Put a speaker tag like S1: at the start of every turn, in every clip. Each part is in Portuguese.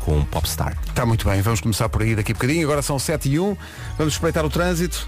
S1: com um popstar.
S2: Está Tá muito bem, vamos começar por aí daqui a bocadinho. Agora são 7 e 1, vamos espreitar o trânsito.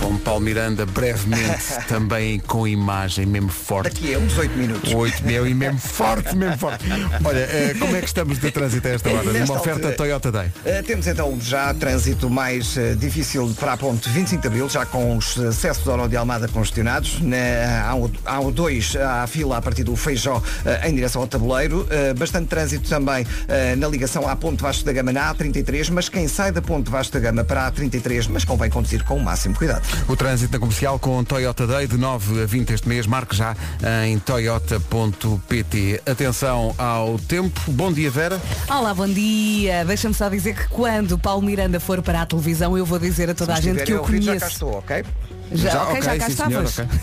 S2: Com Paulo Miranda, brevemente, também com imagem, mesmo forte.
S3: Daqui a uns 8 é um minutos.
S2: 8 mil e mesmo forte, mesmo forte. Olha, eh, como é que estamos de trânsito a esta hora?
S3: Nesta
S2: Numa oferta
S3: altura-
S2: Toyota Day.
S3: Eh, temos então já trânsito mais eh, difícil para a ponte 25 de Abril, já com os acessos da Hora de Almada congestionados. Na, há, o, há o 2, há a fila a partir do Feijó eh, em direção ao tabuleiro. Eh, bastante trânsito também eh, na ligação à ponte Vasco da Gama na A33, mas quem sai da ponte Vasco da Gama para a A33, mas convém conduzir com o máximo cuidado.
S2: O trânsito na comercial com Toyota Day de 9 a 20 este mês. Marque já em toyota.pt. Atenção ao tempo. Bom dia, Vera.
S4: Olá, bom dia. Deixa-me só dizer que quando o Paulo Miranda for para a televisão, eu vou dizer a toda a
S3: Se
S4: gente
S3: estiverem
S4: que eu
S3: a ouvir, Já é
S4: conheço.
S3: cá estou, ok?
S4: Já,
S2: Já,
S4: ok,
S2: ok,
S4: já cá
S2: sim, senhora,
S4: estavas.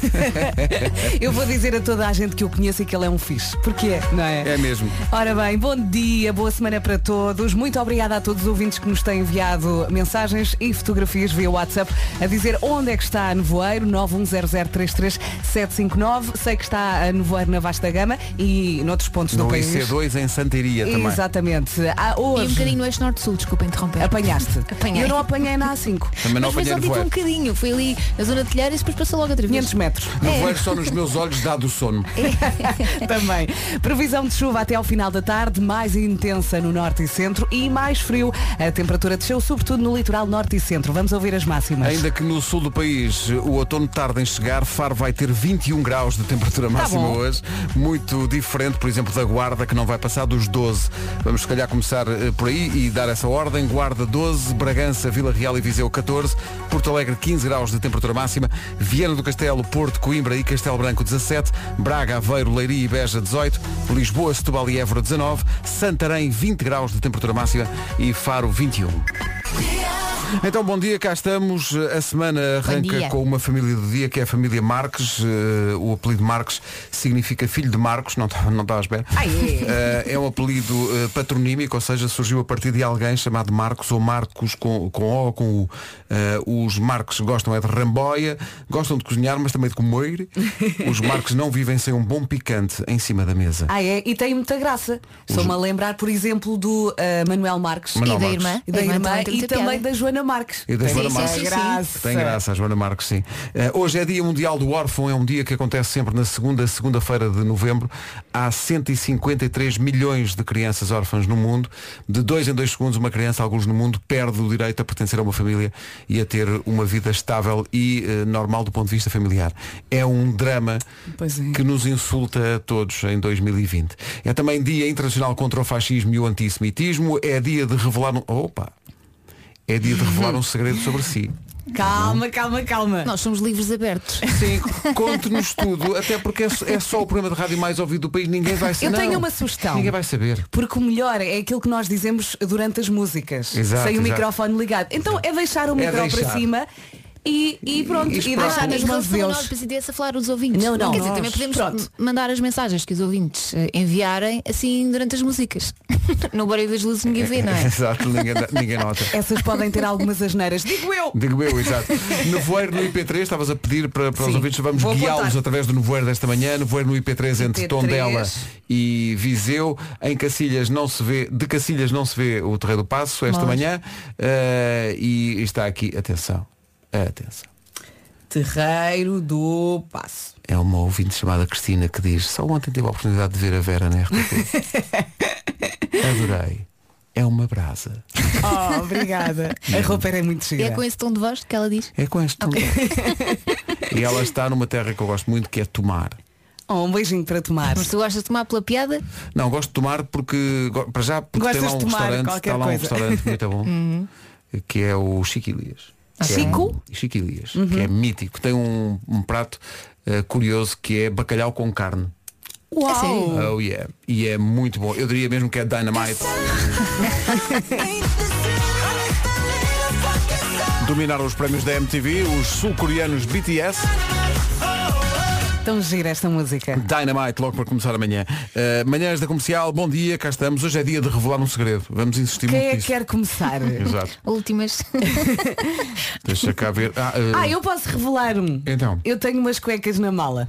S4: eu vou dizer a toda a gente que eu conheço e que ele é um fixe. Porque é, não é?
S2: É mesmo.
S4: Ora bem, bom dia, boa semana para todos. Muito obrigada a todos os ouvintes que nos têm enviado mensagens e fotografias via WhatsApp a dizer onde é que está a nevoeiro, 910033759. Sei que está a nevoeiro na Vasta Gama e noutros pontos
S2: No um
S4: do país.
S2: IC2 em Santaria também.
S4: Exatamente. Ah, hoje,
S5: E um bocadinho no eixo norte-sul, desculpa interromper.
S4: Apanhaste.
S5: Apanhei.
S4: Eu não apanhei na A5.
S2: Também não
S5: Mas foi
S2: apanhei
S5: só tipo um
S2: nevoeiro.
S5: bocadinho. Foi ali na zona de telheiros e depois passou logo outra vez. É,
S4: 500 metros.
S2: Nevoeiro só nos meus olhos dá do sono.
S4: Também. Previsão de chuva até ao final da tarde, mais intensa no norte e centro e mais frio. A temperatura desceu, sobretudo no litoral norte e centro. Vamos ouvir as máximas.
S2: Ainda que no sul do país o outono tarde em chegar, Faro vai ter 21 graus de temperatura máxima
S4: Tá bom.
S2: hoje. Muito diferente, por exemplo, da Guarda, que não vai passar dos 12. Vamos, se calhar, começar eh, por aí e dar essa ordem. Guarda 12, Bragança, Vila Real e Viseu 14, Porto Alegre 15 graus de temperatura máxima, Viana do Castelo, Porto, Coimbra e Castelo Branco 17, Braga, Aveiro, Leiria e Beja 18, Lisboa, Setúbal e Évora 19, Santarém 20 graus de temperatura máxima e um. Faro 21. Então, bom dia, cá estamos. A semana arranca
S5: dia.
S2: com uma família do dia, que é a família Marques. Eh, o apelido Marques significa filho de Marcos, não está não tá à espera.
S4: Ai,
S2: Eh, é um apelido eh, patronímico, ou seja, surgiu a partir de alguém chamado Marcos ou Marcos com, com O ou com U. Eh, os Marques gostam é de ramboia, gostam de cozinhar, mas também de comer. Os Marques não vivem sem um bom picante em cima da mesa.
S4: Ah, é? E tem muita graça. Estou-me a lembrar, por exemplo, do ah, Manuel Marques.
S2: Manuel
S5: E da
S2: Marques.
S5: irmã?
S4: E da
S5: A
S4: irmã,
S5: também tem
S4: e
S5: muita
S4: também
S5: piada.
S4: da Joana Marques.
S2: E da Joana
S5: sim,
S2: Marques.
S5: sim, sim.
S4: graça.
S2: Tem graça, a Joana Marques, sim. Eh, hoje é Dia Mundial do Órfão, é um dia que acontece sempre na segunda, segunda-feira de novembro. Há 153 milhões de crianças órfãs no mundo. De dois em dois segundos, uma criança, alguns no mundo, perde o direito a pertencer a uma família e a ter uma vida estável e eh, normal do ponto de vista familiar. É um drama
S4: Pois é.
S2: que nos insulta a todos em 2020. É também Dia Internacional contra o Fascismo e o Antissemitismo. É dia de revelar... Um... Opa! É dia de revelar um segredo sobre si.
S4: Calma, calma, calma.
S5: Nós somos livros abertos.
S4: Ah,
S2: Sim, conte-nos tudo, até porque é, é só o programa de rádio mais ouvido do país, ninguém vai saber.
S4: Eu
S2: Não,
S4: tenho uma sugestão.
S2: Ninguém vai saber.
S4: Porque o melhor é aquilo que nós dizemos durante as músicas.
S2: Exato,
S4: sem o
S2: exato.
S4: microfone ligado. Então é deixar o micro
S2: deixar.
S4: para cima e, e pronto,
S2: E
S4: e,
S2: esperar.
S4: deixar nas
S5: em
S4: mãos
S5: relação a nós,
S4: deles.
S5: presidência, a falar os ouvintes.
S4: Não, não,
S5: Quer dizer,
S4: nós.
S5: também podemos
S4: Pronto.
S5: m- mandar as mensagens que os ouvintes eh, enviarem assim durante as músicas. no barulho das luzes ninguém vê, não é?
S2: Exato, ninguém, ninguém nota.
S4: Essas podem ter algumas asneiras. Digo eu!
S2: Digo eu, exato. Nevoeiro no IP3, estavas a pedir para, para os
S4: Sim,
S2: ouvintes, vamos
S4: vou
S2: guiá-los
S4: apontar.
S2: através do nevoeiro desta manhã. Nevoeiro no IP3 entre
S4: IP3.
S2: Tondela e Viseu. Em Cacilhas não se vê, de Cacilhas não se vê o Terreiro do Passo esta
S5: Mal.
S2: manhã. Eh, e está aqui, atenção, atenção.
S4: Terreiro do Passo.
S2: É uma ouvinte chamada Cristina que diz Só ontem tive a oportunidade de ver a Vera na RTP Adorei É uma brasa
S4: Oh, obrigada. A roupa era muito
S5: E
S4: gira.
S5: é com esse tom de voz que ela diz.
S2: É com este tom. E ela está numa terra que eu gosto muito Que é tomar
S4: Oh, um beijinho para tomar.
S5: Mas tu gostas de tomar pela piada? é
S2: Não, gosto de tomar porque go- Para já porque
S4: Gostas
S2: tem lá um
S4: de tomar
S2: restaurante
S4: qualquer
S2: Está lá um
S4: coisa. Uhum.
S2: restaurante muito bom Que é o Chiquilias que é
S4: Ah, Chico? Uhum.
S2: um- Chiquilias Que é mítico Tem um, um prato eh, curioso Que é bacalhau com carne
S5: É sério?
S2: Oh yeah E é muito bom Eu diria mesmo que é dynamite Dominaram os prémios da MTV, os sul-coreanos BTS.
S4: Tão gira esta música.
S2: Dynamite, logo para começar amanhã. Uh, manhãs da comercial, bom dia, cá estamos. Hoje é dia de revelar um segredo. Vamos insistir
S4: Quem
S2: muito
S4: é que
S2: nisso.
S4: quer começar?
S2: Exato.
S5: Últimas.
S2: Deixa cá ver. Ah, uh,
S4: Ah, eu posso revelar um.
S2: Então.
S4: Eu tenho umas cuecas na mala.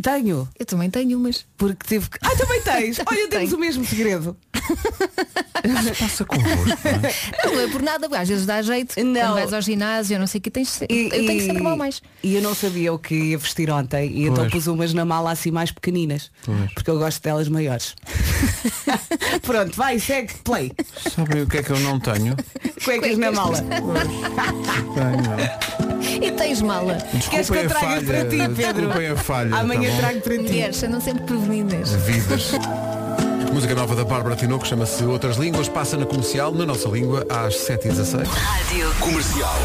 S4: Tenho,
S5: Eu também tenho umas.
S4: porque tive que. Ah, também tens! Olha, temos
S5: Tenho.
S4: o mesmo segredo.
S2: Passa convosco. pá.
S5: Não é por nada, às vezes dá jeito.
S4: Não.
S5: Quando vais ao ginásio, eu não sei o que tens de ser. eu tenho que sempre mal mais.
S4: E eu não sabia o que ia vestir ontem e então
S2: Pois.
S4: pus umas na mala assim mais pequeninas.
S2: Pois.
S4: Porque eu gosto delas maiores. Pronto, vai, segue, play.
S2: Sabem o que é que eu não tenho?
S4: Cuecas na mala.
S2: Tenho.
S5: E tens mala.
S4: Queres que eu
S2: Desculpem a
S4: traga
S2: falha.
S4: para ti, Pedro?
S2: Desculpem a falha. tá
S4: Amanhã
S2: bom?
S4: trago para ti.
S5: Mulheres, andam sempre prevenidas.
S2: Vidas. Música nova da Bárbara Tinoco chama-se Outras Línguas, passa na comercial, na nossa língua, às 7h16.
S1: Comercial.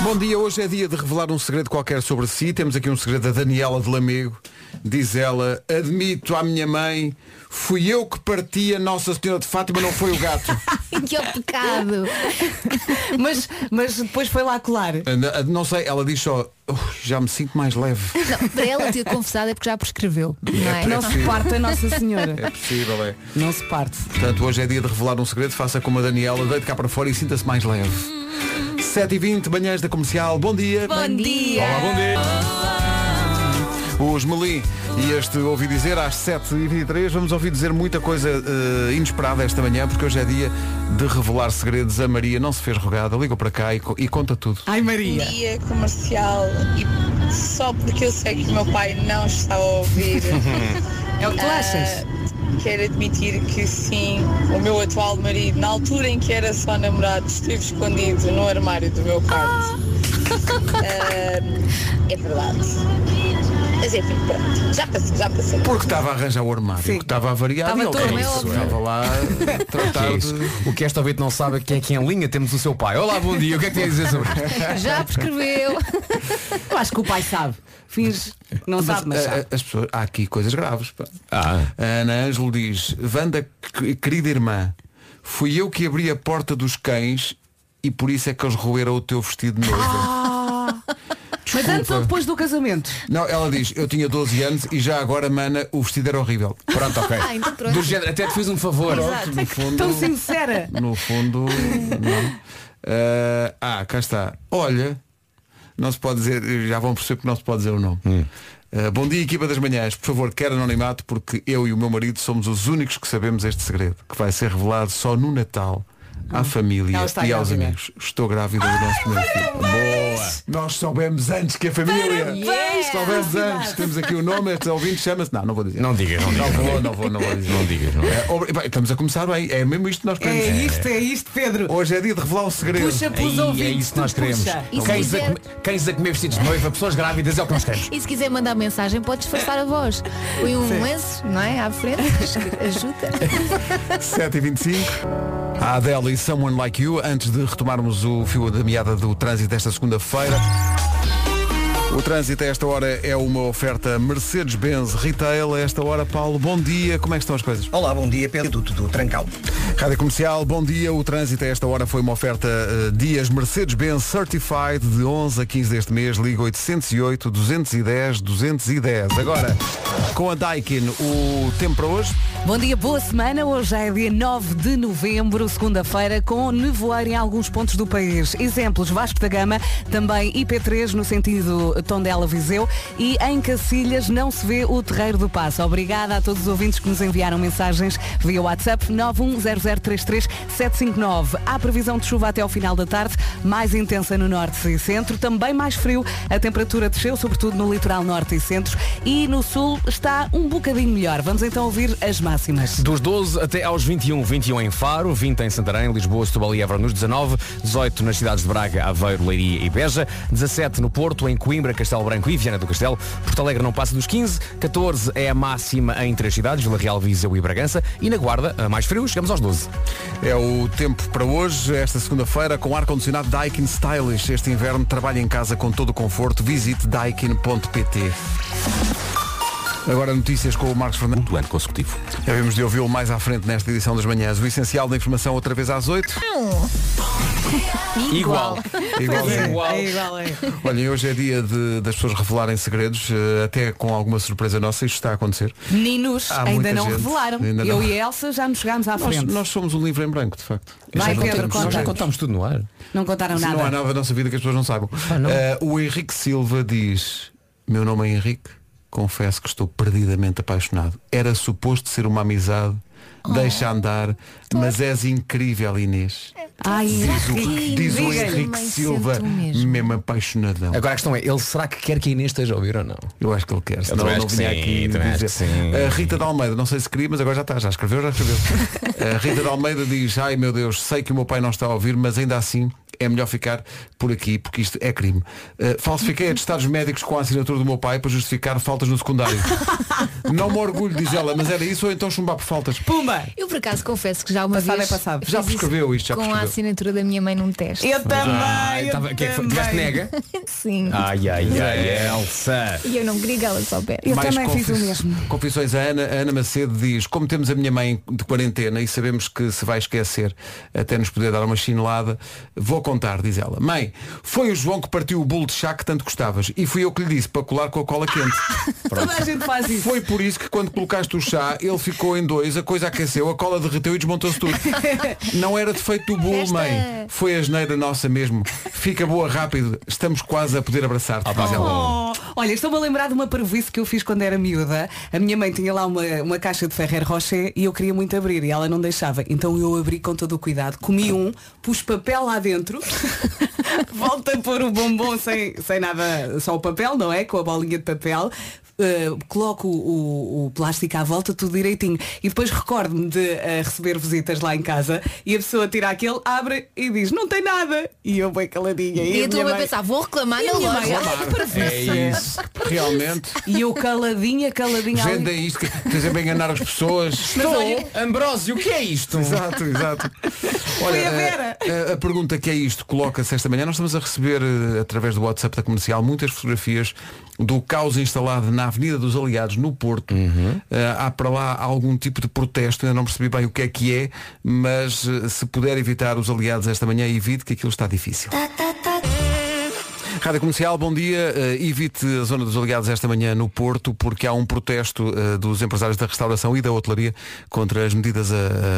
S2: Bom dia, hoje é dia de revelar um segredo qualquer sobre si. Temos aqui um segredo da Daniela de Lamego. Diz ela, admito à minha mãe, fui eu que parti a Nossa Senhora de Fátima, não foi o gato.
S5: que é o pecado.
S4: Mas, mas depois foi lá colar.
S2: Não- Não sei, ela diz só, "Uf, já me sinto mais leve.
S5: Não, para ela ter confessado é porque já prescreveu. Não é?
S2: por
S4: Não
S2: isso.
S5: Não,
S4: se parte a Nossa Senhora.
S2: É possível, é.
S4: Não se parte.
S2: Portanto, hoje é dia de revelar um segredo. Faça como a Daniela, deite cá para fora e sinta-se mais leve. 7h20, manhãs da comercial. Bom dia.
S5: Bom dia.
S2: Olá, bom dia. Os Melim e este ouvi dizer às 7h23 vamos ouvir dizer muita coisa eh, inesperada esta manhã porque hoje é dia de revelar segredos. A Maria não se fez rogada, ligou para cá e, co- e conta tudo.
S4: Ai Maria.
S6: dia comercial e só porque eu sei que o meu pai não está a ouvir.
S4: É o que tu achas?
S6: ah, Quero admitir que sim, o meu atual marido, na altura em que era só namorado, esteve escondido no armário do meu quarto. Ah, é verdade. Mas enfim, pronto. Já passou, já passou.
S2: Porque estava a arranjar É o armário,
S4: Sim.
S2: que estava a variar e
S4: Estava
S2: ele
S4: todo,
S2: quer
S5: é
S2: isso.
S5: óbvio.
S2: estava lá a tratar de...
S7: é O que esta ouvinte não sabe é que aqui em linha temos o seu pai. Olá, bom dia. O que é que tem a dizer sobre
S5: Já prescreveu.
S4: Eu acho que o pai sabe. Fins, não sabe, mas
S2: a-
S4: sabe.
S2: a- eh, as pessoas, há aqui coisas graves. pá.
S7: Ah.
S2: A Ana Ângelo diz, Wanda, qu- querida irmã, fui eu que abri a porta dos cães e por isso é que eles roeram o teu vestido de
S4: Ah.
S2: noiva.
S4: Mas antes ou
S2: Desculpa.
S4: depois do casamento?
S2: Não, ela diz, eu tinha 12 anos e já agora, mana, o vestido era horrível. Pronto, ok.
S5: Ah, então pronto.
S7: Do género, até te fiz um favor.
S2: No fundo,
S4: Tão sincera.
S2: no fundo, não. Eh, ah, cá está. Olha, não se pode dizer, já vão perceber que não se pode dizer o nome.
S7: Hum.
S2: Eh, bom dia, equipa das manhãs. Por favor, quero anonimato porque eu e o meu marido somos os únicos que sabemos este segredo, que vai ser revelado só no Natal. À família
S4: Hum. Ela está
S2: e aos
S4: grávida.
S2: amigos. Estou grávida do nosso primeiro filho. Boa! Nós soubemos antes que a família. Soubemos antes. Temos aqui o nome, este ouvinte chama-se. Não, não vou dizer.
S7: Não digas, não digas.
S2: Não vou, não vou, não vou dizer.
S7: Não digas, não.
S2: É, obri- pá, Estamos a começar bem. É mesmo isto que nós queremos.
S4: É isto, é isto, Pedro.
S2: Hoje é dia de revelar um segredo.
S4: Puxa pelos
S7: Ei,
S4: ouvidos.
S7: é isso que nós
S4: tu
S7: queremos.
S4: puxa.
S5: Isso
S7: Cães a,
S5: quiser.
S7: comer- cães a comer vestidos de noiva, pessoas grávidas, é o que nós queremos.
S5: E se quiser mandar mensagem, pode disfarçar a voz. Põe um lenço, não é? À frente, ajuda.
S2: 7h25. A Adele e Someone Like You, antes de retomarmos o fio da meada do trânsito desta segunda-feira. O trânsito a esta hora é uma oferta Mercedes-Benz Retail. A esta hora, Paulo, bom dia. Como é que estão as coisas?
S3: Olá, bom dia, Pedro do, do Trancão.
S2: Rádio Comercial, bom dia. O trânsito a esta hora foi uma oferta eh, Dias Mercedes-Benz Certified de 11 a 15 deste mês. Liga 808 210 210. Agora, com a Daikin, o tempo para hoje?
S4: Bom dia, boa semana. Hoje é dia 9 de novembro, segunda-feira, com nevoeiro em alguns pontos do país. Exemplos, Vasco da Gama, também IP3 no sentido Tondela-Viseu e em Cacilhas não se vê o Terreiro do Passo. Obrigada a todos os ouvintes que nos enviaram mensagens via WhatsApp 910033759. Há previsão de chuva até ao final da tarde, mais intensa no norte e centro, também mais frio. A temperatura desceu, sobretudo no litoral norte e centro e no sul está um bocadinho melhor. Vamos então ouvir as máximas.
S7: Dos 12 até aos 21, 21 em Faro, 20 em Santarém, Lisboa, Setúbal e Évora nos 19, 18 nas cidades de Braga, Aveiro, Leiria e Beja, 17 no Porto, em Coimbra, Castelo Branco e Viana do Castelo, Porto Alegre não passa dos 15, 14 é a máxima em três cidades, Vila Real, Viseu e Bragança, e na Guarda, a mais frio, chegamos aos 12.
S2: É o tempo para hoje, esta segunda-feira, com ar-condicionado Daikin Stylish. Este inverno trabalhe em casa com todo o conforto. Visite daikin.pt. Agora notícias com o Marcos Fernandes.
S1: Do ano consecutivo.
S2: Já vimos de ouvi-lo mais à frente nesta edição das manhãs. O essencial da informação outra vez às 8. Igualzinho.
S7: Igual.
S4: É igual, é.
S2: Olhem, hoje é dia de- das pessoas revelarem segredos, eh, até com alguma surpresa nossa, isto está a acontecer.
S4: Meninos
S2: Há
S4: ainda
S2: muita
S4: não
S2: gente.
S4: revelaram.
S2: Ainda
S4: Eu
S2: não.
S4: e a Elsa já nos chegámos à
S2: Nós,
S4: frente.
S2: nós somos um livro em branco, de facto.
S4: Vai,
S2: Já
S4: Pedro,
S2: contamos,
S4: conta.
S2: nós já
S7: contámos tudo no ar.
S4: Não contaram
S2: Se
S4: nada.
S2: Não há nada da nossa vida que as pessoas não saibam. Eh, o Henrique Silva diz, meu nome é Henrique, confesso que estou perdidamente apaixonado. Era suposto ser uma amizade,
S5: Oh.
S2: deixa andar, mas és incrível, Inês.
S5: Ai,
S2: Diz o, diz o
S4: diga-lhe.
S2: Henrique
S5: É Também
S2: Silva,
S5: sinto o mesmo.
S2: mesmo apaixonadão.
S7: Agora a questão é, ele será que quer que a Inês esteja a ouvir ou não?
S2: Eu acho que ele quer, senão
S7: também
S2: ele não
S7: acho que
S2: vinha
S7: sim,
S2: aqui
S7: também acho
S2: dizer.
S7: que sim.
S2: A Rita de Almeida, não sei se queria, mas agora já está, já escreveu, já escreveu. A Rita de Almeida diz, ai meu Deus, sei que o meu pai não está a ouvir, mas ainda assim é melhor ficar por aqui, porque isto é crime. Uh, falsifiquei atestados médicos com a assinatura do meu pai para justificar faltas no secundário. não me orgulho, diz ela, mas era isso ou então chumbar por faltas.
S4: Pumba!
S5: Eu por acaso confesso que já uma
S4: Passado
S5: vez
S4: é passado.
S5: fiz
S2: Já
S5: isso
S2: prescreveu isto, já
S5: com a
S2: prescreveu.
S5: assinatura da minha mãe num teste.
S4: Eu também! eu
S7: tava- que é que foi?
S4: também.
S7: Tiveste nega?
S5: Sim.
S2: Ah.
S7: Ai, ai, ai, Elsa.
S5: E eu não queria que ela soubesse.
S4: Eu também fiz o mesmo.
S2: Confissões. A Ana, a Ana Macedo diz, como temos a minha mãe de quarentena e sabemos que se vai esquecer até nos poder dar uma chinelada, vou contar, diz ela. Mãe, foi o João que partiu o bolo de chá que tanto gostavas e fui eu que lhe disse para colar com a cola quente.
S4: Toda a gente faz isso.
S2: Foi por isso que quando colocaste o chá, ele ficou em dois, a coisa aqueceu, a cola derreteu e desmontou-se tudo. Não era defeito do bolo,
S5: Esta-
S2: mãe. Foi a geneira nossa mesmo. Fica boa rápido, estamos quase a poder abraçar-te. diz ela.
S4: Oh, olha, estou-me a lembrar de uma parvoíce que eu fiz quando era miúda. A minha mãe tinha lá uma, uma caixa de Ferrer Rocher e eu queria muito abrir e ela não deixava. Então eu abri com todo o cuidado, comi um, pus papel lá dentro, volta a pôr o bombom sem, sem nada, só o papel, não é? Com a bolinha de papel. Uh, coloco o, o plástico à volta tudo direitinho e depois recordo-me de uh, receber visitas lá em casa e a pessoa tira aquele, abre e diz não tem nada e eu bem caladinha
S5: E
S4: a
S5: a
S4: minha
S5: turma
S4: mãe-
S5: pensar, vou reclamar na
S4: minha mãe,
S5: loja.
S4: "Ai, que
S7: É
S4: parvoíce."
S7: isso.
S2: Realmente,
S4: E eu caladinha, caladinha. ali.
S2: vendem é isto, que dizem para enganar as pessoas.
S7: Estou, Ambrósio, o que é isto?
S2: Exato, exato.
S4: Foi a Vera.
S2: eh, A, a- a pergunta que é isto coloca-se esta manhã. Nós estamos a receber, eh, através do WhatsApp da comercial, muitas fotografias do caos instalado na Avenida dos Aliados, no Porto. Eh, há para lá algum tipo de protesto, ainda não percebi bem o que é que é, mas eh, se puder evitar os aliados esta manhã, evite que aquilo está difícil. Rádio Comercial, bom dia. Eh, evite a zona dos aliados esta manhã no Porto, porque há um protesto eh, dos empresários da restauração e da hotelaria contra as medidas eh,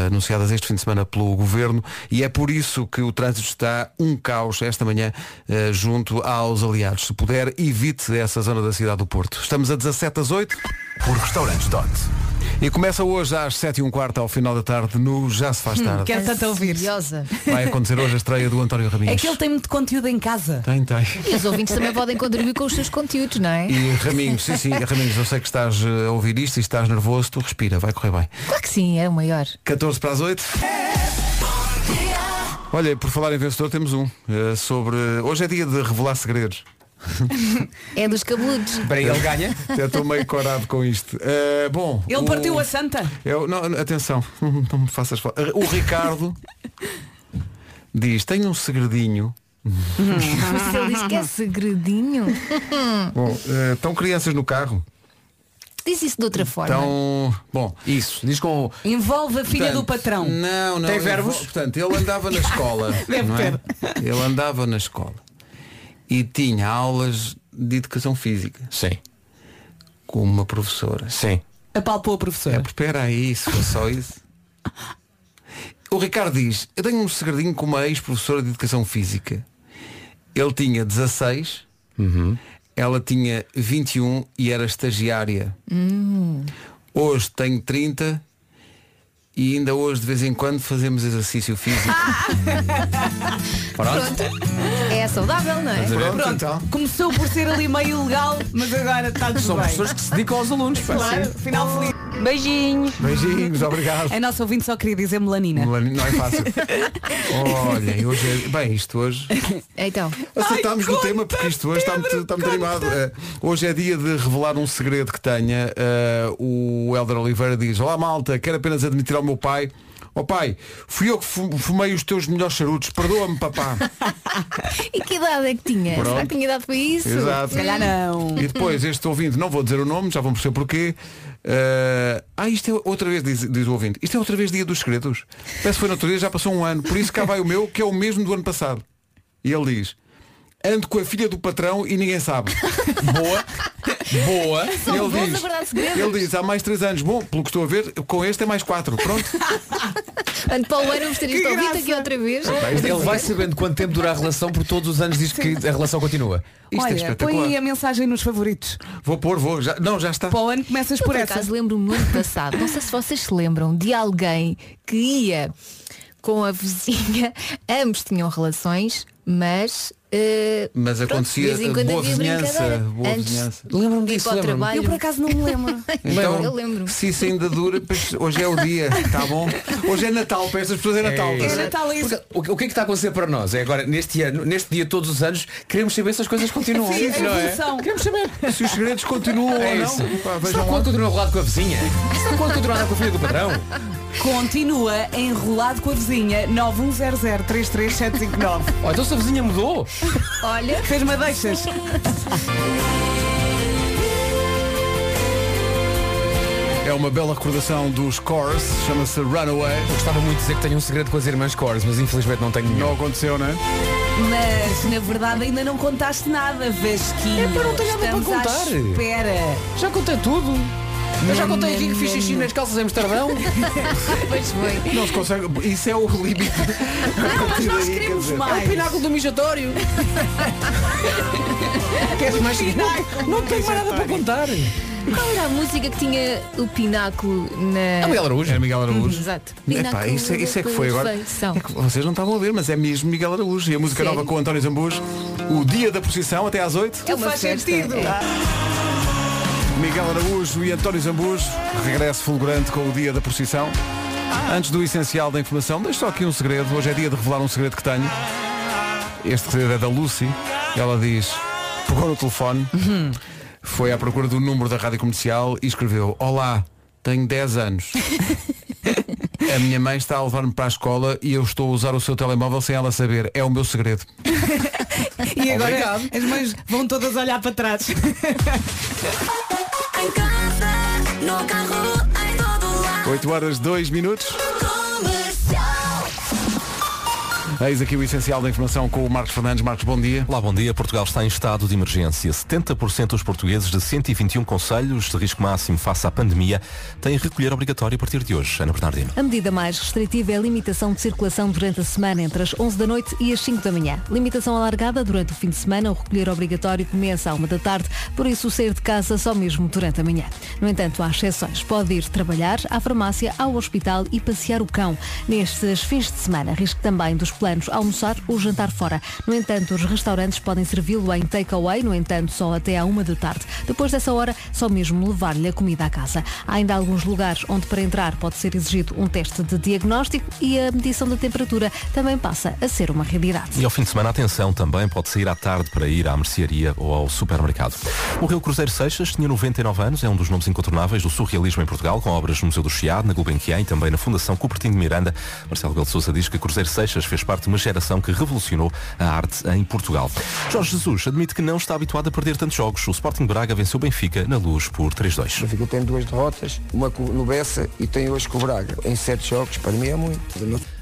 S2: anunciadas este fim de semana pelo Governo e é por isso que o trânsito está um caos esta manhã eh, junto aos aliados. Se puder, evite essa zona da cidade do Porto. Estamos a 17 às 8. Por Restaurantes Dot. E começa hoje às 7 e um quarto ao final da tarde no Já se faz tarde.
S4: Quero tanto ouvir.
S5: Ansiosa.
S2: Vai acontecer hoje a estreia do António Raminhos.
S4: É que ele tem muito conteúdo em casa.
S2: Tem, tem.
S5: E os ouvintes também podem contribuir com os seus conteúdos, não é?
S2: E Raminhos, sim, sim, Raminhos, eu sei que estás eh, a ouvir isto e estás nervoso, tu respira, vai correr bem.
S5: Claro que sim, é o maior.
S2: 14 para as 8. Olha, e por falar em vencedor, temos um. eh, sobre. Hoje é dia de revelar segredos. Eh,
S5: É dos cabeludos.
S7: Para ele ganha?
S2: Eu estou meio corado com isto. Eh, bom.
S4: Ele
S2: o-
S4: partiu a santa.
S2: Eu, não, não, atenção, não me faças fa- O Ricardo diz, tenho um segredinho.
S5: Se ele diz que é segredinho,
S2: Bom, eh, estão crianças no carro.
S5: diz isso de outra
S2: Então-
S5: forma.
S2: Estão. Bom.
S7: Isso, diz com o...
S4: Envolve a filha do
S2: Portanto,
S4: patrão.
S2: Não, não.
S7: Tem
S2: eu
S7: verbos?
S2: vou- Portanto, ele andava na escola.
S4: Deve
S2: não é?
S4: ter.
S2: Ele andava na escola e tinha aulas de educação física
S7: Sim,
S2: com uma professora.
S7: sim.
S4: Apalpou a
S2: É,
S4: professora.
S2: porque espera aí, se foi só isso. O Ricardo diz, eu tenho um segredinho com uma ex-professora de educação física. Ele tinha 16, Uhum. ela tinha 21 e era estagiária. Hum. Hoje tenho 30 e ainda hoje de vez em quando fazemos exercício físico.
S7: Pronto.
S5: É saudável, não é?
S2: Pronto, então.
S4: Começou por ser ali meio ilegal, mas agora está tudo
S7: São
S4: bem.
S7: pessoas que se dedicam aos alunos. pá.
S4: Claro, final feliz.
S6: Beijinhos.
S2: Beijinhos, obrigado.
S4: A nossa ouvinte só queria dizer melanina.
S2: Melania, Não é fácil. Olha, e hoje é... Bem, isto hoje. é-
S5: Então,
S2: Acertámos no
S4: conta,
S2: tema porque isto hoje está muito,
S4: Pedro,
S2: está muito
S4: conta.
S2: animado. Eh, hoje é dia de revelar um segredo que tenha. Eh, o Helder Oliveira diz, olá malta, quero apenas admitir ao meu pai. Ó pai, fui eu que fu- fumei os teus melhores charutos, perdoa-me papá.
S5: e que idade é que tinha?
S2: Pronto.
S5: Será que tinha idade para isso?
S2: Exato.
S4: Se calhar não.
S2: E depois este ouvinte, não vou dizer o nome, já vão perceber porquê. Eh, ah, isto é outra vez, diz, diz o ouvinte, isto é outra vez dia dos segredos. Parece que foi na natureza, já passou um ano, por isso cá vai o meu, que é o mesmo do ano passado. E ele diz, ando com a filha do patrão e ninguém sabe. Boa. Boa.
S5: São bons a
S2: ele,
S5: guardar
S2: diz,
S5: segredos.
S2: ele diz, há mais três anos. Bom, pelo que estou a ver, com este é mais quatro. Pronto.
S5: Portanto, para o ano vamos ter isto ao vivo aqui outra vez.
S7: Ele vai sabendo quanto tempo dura a relação, porque todos os anos diz que a relação continua.
S2: Isto é
S4: Olha, põe
S2: espetacular.
S4: aí a mensagem nos favoritos.
S2: Vou pôr, vou. Já, não, já está.
S4: Para o ano começas
S5: Eu,
S4: por
S5: por
S4: essa.
S5: acaso lembro-me no ano passado, não sei se vocês se lembram de alguém que ia com a vizinha, ambos tinham relações, mas eh,
S2: Mas
S5: pronto,
S2: acontecia
S5: de vez em quando
S2: boa
S5: havia
S2: vizinhança,
S5: brincadeira.
S2: boa
S5: Antes
S2: vizinhança.
S5: de
S7: Lembro-me
S5: ir
S7: disso,
S5: para o
S7: lembro-me.
S5: trabalho.
S4: Eu por acaso não me lembro.
S5: Então, eu lembro.
S2: Se isso ainda dura, pois hoje é o dia, tá bom? Hoje é Natal, para estas pessoas é Natal. tá
S4: É
S2: certo?
S4: Natal é isso.
S7: Porque O que o que é que está a acontecer para nós? É agora, neste ano, neste dia, todos os anos, queremos saber se as coisas continuam.
S4: Sim, a
S7: não é?
S4: evolução.
S7: Queremos saber.
S2: Se os segredos continuam
S7: É
S2: ou
S7: isso.
S2: não, pá,
S7: Está
S2: vejam lá.
S7: quando continua rolado com a vizinha? Está quando continua a andar com a filha do padrão?
S4: Continua enrolado com a vizinha 910033759.
S7: Ó, então se a vizinha mudou.
S5: Olha,
S4: Fez-me deixas.
S2: É uma bela recordação dos Cores, chama-se Runaway.
S7: Eu gostava muito de dizer que tenho um segredo com as irmãs Cores, mas infelizmente não tenho nenhum.
S2: Não aconteceu, não é?
S4: Mas na verdade ainda não contaste nada, Vasquinho.
S7: É, pá, não tenho nada para
S4: Estamos
S7: contar.
S4: À espera.
S7: Já contei tudo. Eu já contei aqui que fiz xixi nas calças em Amsterdão.
S5: pois foi.
S2: Não se consegue. Isso é o limite. Não,
S4: Mas nós queremos mais.
S7: do mijatório.
S2: Queres mais?
S7: Não tenho mais nada para contar. É
S5: Qual era a música que tinha o pináculo na.
S7: o Miguel Araújo.
S2: É Miguel Araújo.
S5: Uhum, Exato.
S2: Epá, isso, é- isso é que foi agora.
S5: Perfeição.
S2: É que vocês não estavam a ver, mas é mesmo Miguel Araújo. E a música
S5: Sério?
S2: nova com António Zambujo, o dia da procissão, até às 8.
S5: É uma
S4: Faz
S5: festa.
S4: sentido.
S5: É.
S2: Miguel Araújo e António Zambujo, regresso fulgurante com o dia da procissão. Antes do essencial da informação, deixo só aqui um segredo. Hoje é dia de revelar um segredo que tenho. Este segredo é da Lucy. Ela diz, pegou no telefone, foi à procura do número da rádio comercial e escreveu, Olá, tenho 10 anos. A minha mãe está a levar-me para a escola e eu estou a usar o seu telemóvel sem ela saber. É o meu segredo.
S4: E agora as mães vão todas olhar para trás.
S1: Em casa, no carro, em todo lado.
S2: 8 horas 2 minutos.
S1: Comercial.
S2: Eis aqui o essencial da informação com o Marcos Fernandes. Marcos, bom dia.
S8: Olá, bom dia. Portugal está em estado de emergência. 70% dos portugueses de 121 conselhos de risco máximo face à pandemia têm recolher obrigatório a partir de hoje. Ana Bernardino.
S9: A medida mais restritiva é a limitação de circulação durante a semana entre as 11 da noite e as 5 da manhã. Limitação alargada durante o fim de semana, o recolher obrigatório começa à 1 da tarde, por isso sair de casa só mesmo durante a manhã. No entanto, há exceções. Pode ir trabalhar, à farmácia, ao hospital e passear o cão. Nestes fins de semana, risco também dos planos almoçar ou jantar fora. No entanto, os restaurantes podem servi-lo em takeaway, no entanto, só até à 1 da tarde. Depois dessa hora, só mesmo levar-lhe a comida à casa. Há ainda alguns lugares onde para entrar pode ser exigido um teste de diagnóstico e a medição da temperatura também passa a ser uma realidade.
S8: E ao fim de semana, atenção, também pode sair à tarde para ir à mercearia ou ao supermercado. O Rio Cruzeiro Seixas tinha 99 anos, é um dos nomes incontornáveis do surrealismo em Portugal, com obras no Museu do Chiado, na Gulbenkian e também na Fundação Cupertino de Miranda. Marcelo Galo de Sousa diz que Cruzeiro Seixas fez parte de uma geração que revolucionou a arte em Portugal. Jorge Jesus admite que não está habituado a perder tantos jogos. O Sporting Braga venceu o Benfica na Luz por 3-2.
S10: O Benfica tem duas derrotas, uma com- no Bessa e tem hoje com o Braga. Em sete jogos, para mim é muito.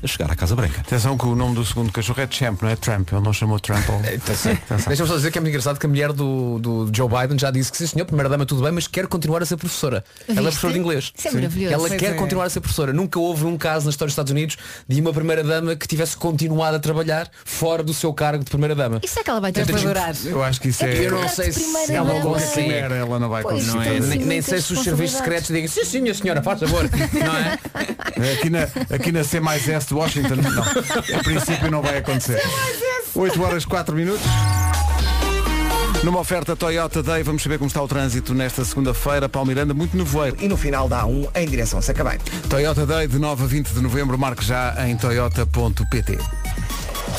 S8: A chegar à Casa Branca.
S2: Atenção que o nome do segundo cachorro é Champ, não é Tramp. Ele não chamou Tá Tramp.
S7: É, tá Deixa-me só dizer que é muito engraçado que a mulher do, do Joe Biden já disse que sim senhor, primeira-dama tudo bem, mas quer continuar a ser professora. Ela é
S5: Viste?
S7: professora de inglês.
S5: Isso é Sim. maravilhoso.
S7: Ela
S5: Pois
S7: quer
S4: é.
S7: continuar a ser professora. Nunca houve um caso na história dos Estados Unidos de uma primeira-dama que tivesse continuado a trabalhar fora do seu cargo de primeira-dama.
S5: Isso é que ela vai ter
S4: Tens de
S5: que
S4: adorar.
S2: Eu acho que isso é.
S7: Eu não sei
S5: de
S7: se
S5: primeira
S7: ela
S5: dama.
S7: consegue.
S2: Quimera, ela não vai
S5: Pois,
S2: conseguir.
S7: Não é?
S5: Temos
S7: Nem, nem
S5: muitas
S7: sei se os serviços
S5: responsabilidades.
S7: secretos digam sim senhor, senhora, faz favor. Não é?
S2: Aqui na, aqui na C mais S de Washington, não. A princípio não vai acontecer. 8 horas 4 minutos. Numa oferta Toyota Day, vamos saber como está o trânsito nesta segunda-feira. Palmeiranda, muito nevoeiro.
S3: E no final dá um em direção a Sacabém.
S2: Toyota Day de 9 a 20 de novembro. Marque já em toyota.pt.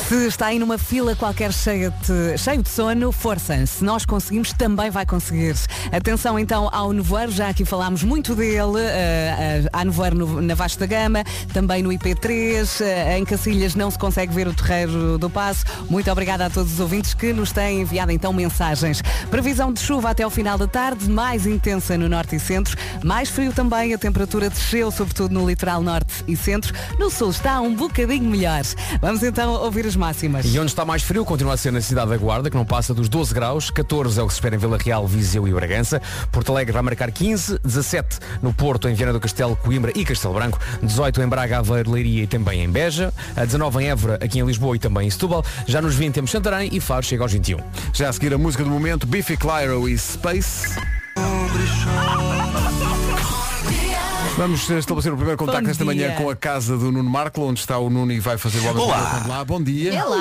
S4: Se está aí numa fila qualquer cheia de, cheio de sono, força. Se nós conseguimos, também vai conseguir. Atenção então ao nevoeiro, já aqui falámos muito dele. eh, eh, há nevoeiro no- na Vasta Gama, também no IP3. eh, em Cacilhas não se consegue ver o terreiro do Passo. Muito obrigada a todos os ouvintes que nos têm enviado então mensagens. Previsão de chuva até ao final da tarde, mais intensa no norte e centro. Mais frio também, a temperatura desceu, sobretudo no litoral norte e centro. No sul está um bocadinho melhor. Vamos então ouvir as máximas.
S7: E onde está mais frio continua a ser na cidade da Guarda, que não passa dos 12 graus, 14 é o que se espera em Vila Real, Viseu e Bragança. Porto Alegre vai marcar 15, 17 no Porto, em Viana do Castelo, Coimbra e Castelo Branco, 18 em Braga, Aveiro, Leiria e também em Beja, a 19 em Évora, aqui em Lisboa e também em Setúbal. Já nos 20 temos Santarém e um. Faro chega aos 21.
S2: Já a seguir a música do momento, Biffy Clyro e Space. Vamos eh, estabelecer o primeiro contacto
S4: Bom
S2: esta manhã
S4: dia.
S2: com a casa do Nuno Marco, onde está o Nuno e vai fazer o Homem que Mordeu o Cão. Olá, bom dia.
S5: É lá.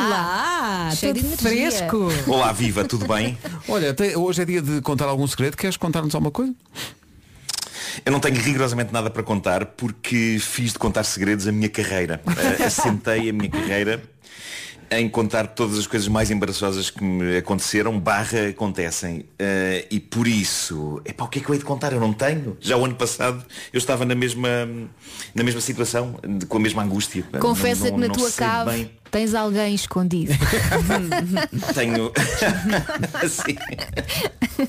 S4: Olá,
S5: Cheio de
S4: tudo
S5: energia.
S4: fresco.
S11: Olá, viva, tudo bem?
S2: Olha, tem- hoje é dia de contar algum segredo. Queres contar-nos alguma coisa?
S11: Eu não tenho rigorosamente nada para contar porque fiz de contar segredos a minha carreira. Eh, Assentei a minha carreira em contar todas as coisas mais embaraçosas que me aconteceram, barra acontecem. Eh, e por isso, epá, o que é que eu hei de contar? Eu não tenho. Já o ano passado eu estava na mesma, na mesma situação, de- com a mesma angústia. Eh, Não-
S5: Confessa que
S11: não-
S5: na
S11: não
S5: tua
S11: sei
S5: cave
S11: bem.
S5: tens alguém escondido.
S11: Tenho. Sim.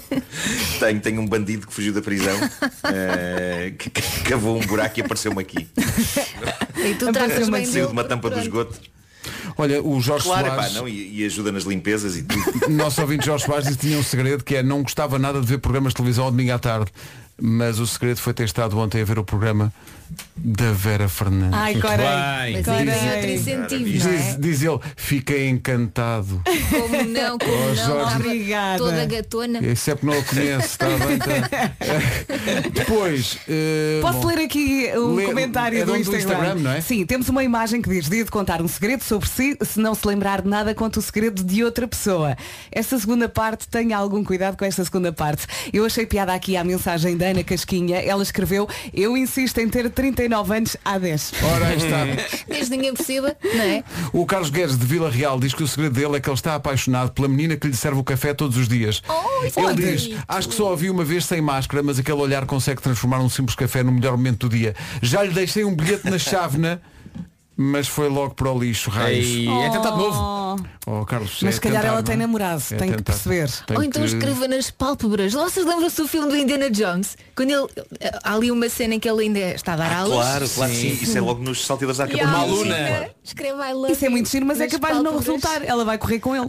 S11: Tenho, tenho um bandido que fugiu da prisão, eh, que, que cavou um buraco e apareceu-me aqui.
S5: e tu tratas
S4: Apareceu-me
S5: bem
S11: Saiu de
S5: dele.
S11: uma tampa do esgoto.
S2: Olha, o Jorge
S11: Claro, epá,
S2: Soares,
S11: não, e, e ajuda nas limpezas e tudo.
S2: nosso ouvinte Jorge Soares, disse que tinha um segredo que é não gostava nada de ver programas de televisão ao domingo à tarde. Mas o segredo foi ter estado ontem a ver o programa da Vera Fernandes.
S4: Ai, corei.
S7: bem.
S5: Mas ainda tem
S4: Corei.
S5: outro incentivo, não
S2: Diz,
S5: é?
S2: diz ele, fiquei encantado.
S5: Como não, como
S2: Oh,
S5: não,
S2: Jorge.
S5: lá
S4: Obrigada.
S5: toda gatona.
S11: É.
S2: Exceto é que não o conheço, está bem? Tá. Depois. eh,
S4: Posso
S2: bom,
S4: ler aqui um
S2: Lê-
S4: comentário
S2: é
S4: do,
S2: dono do
S4: Instagram.
S2: Instagram, não é?
S4: Sim, temos uma imagem que diz Dia de contar um segredo sobre si Se não se lembrar de nada, conta o segredo de outra pessoa Esta segunda parte, tenha algum cuidado com esta segunda parte Eu achei piada aqui à mensagem da Ana Casquinha Ela escreveu Eu insisto em ter 39 anos há 10
S2: Ora, aí está.
S5: Desde ninguém perceba, não é?
S2: O Carlos Guedes de Vila Real diz que o segredo dele é que ele está apaixonado pela menina que lhe serve o café todos os dias.
S5: Oh, isso é
S2: ele
S5: muito
S2: diz,
S5: bonito.
S2: acho que só a vi uma vez sem máscara, mas aquele olhar consegue transformar um simples café no melhor momento do dia. Já lhe deixei um bilhete na chávena, mas foi logo para o lixo, raios.
S7: Ei, é tentado novo.
S2: Oh, Carlos, é
S4: Mas se calhar
S2: tentar,
S4: ela tem
S2: não é?
S4: namorado,
S2: É
S4: tem que
S2: tentar.
S4: perceber.
S2: Tem
S5: Ou então
S2: que-
S5: escreva nas pálpebras. Vocês lembram-se do filme do Indiana Jones? Quando ele. Há ali uma cena em que ele ainda está a dar aulas.
S11: Ah, Claro, claro que sim. Isso é logo nos salteadores da
S5: E
S11: academia.
S7: Uma
S5: há a
S7: aluna.
S11: Sim,
S5: China,
S11: claro.
S5: Escreva I love
S4: Isso é
S5: you
S4: muito giro, mas é
S5: nas
S4: capaz de não
S5: pálpebras.
S4: resultar Ela vai correr com ele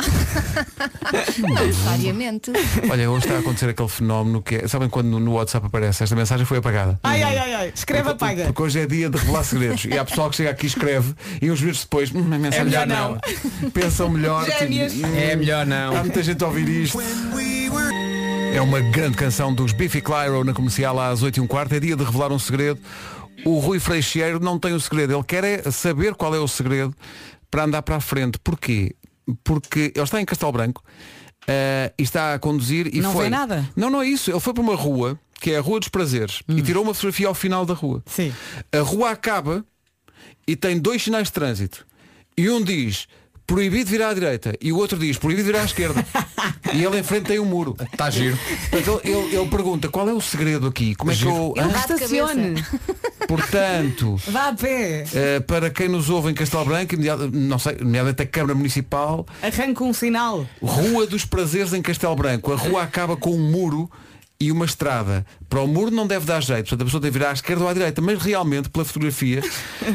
S5: Não necessariamente.
S2: Olha, hoje está a acontecer aquele fenómeno que é. Sabem quando no WhatsApp aparece? Esta mensagem foi apagada.
S4: Ai, ai, ai, ai, escreve apaga
S2: Porque hoje é dia de revelar segredos. e há pessoal que chega aqui e escreve e uns minutos depois, hum, a mensagem
S7: É melhor
S2: já Pensam melhor. tipo,
S4: Gêmeas.
S2: hum,
S7: É melhor
S2: Há
S7: não.
S2: muita gente a ouvir isto. É uma grande canção dos Biffy Clyro na comercial às 8 e um quarto. É dia de revelar um segredo. O Rui Freixeiro não tem o segredo. Ele quer é saber qual é o segredo para andar para a frente. Porquê? Porque ele está em Castelo Branco eh, e está a conduzir e
S4: Não
S2: foi.
S4: vê nada?
S2: Não, não é isso. Ele foi para uma rua, que é a Rua dos Prazeres, e tirou uma fotografia ao final da rua.
S4: Sim.
S2: A rua acaba e tem dois sinais de trânsito. E um diz proibido virar à direita e o outro diz proibido virar à esquerda. e ele em frente tem um muro.
S7: Está Tá giro.
S2: Portanto, ele, ele- ele pergunta qual é o segredo aqui? Como é que
S7: Giro.
S2: eu.
S4: Ele
S2: Hã?
S5: de cabeça.
S4: estacione
S2: Portanto.
S4: Vá a pé
S2: eh, para quem nos ouve em Castelo Branco, imediato- não sei, nomeadamente a Câmara Municipal,
S4: Arranca um sinal
S2: Rua dos Prazeres em Castelo Branco. A rua acaba com um muro e uma estrada. Para o muro não deve dar jeito, portanto a pessoa deve virar à esquerda ou à direita, mas realmente, pela fotografia,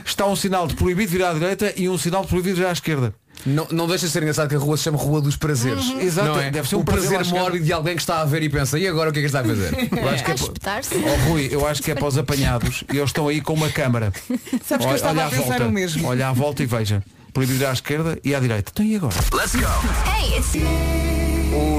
S2: está um sinal de proibido virar à direita e um sinal de proibido virar à esquerda.
S7: Não, não deixa de ser engraçado que a rua se chama Rua dos Prazeres.
S2: Exato,
S7: Não é?
S2: deve ser um
S7: o
S2: prazer
S7: prazer
S2: lá chegar.
S7: mórbido de alguém que está a ver e pensa, e agora o que é que está a fazer?
S2: Eu acho que é
S5: A
S2: pa-
S5: espetar-se.
S2: Oh, Rui, eu acho que é para os apanhados e eles estão aí com uma câmara.
S4: Sabes que eu estava a pensar
S2: volta,
S4: o mesmo
S2: Olha à volta e veja. Proibido virar à esquerda e à direita. Então e agora?
S11: Oh.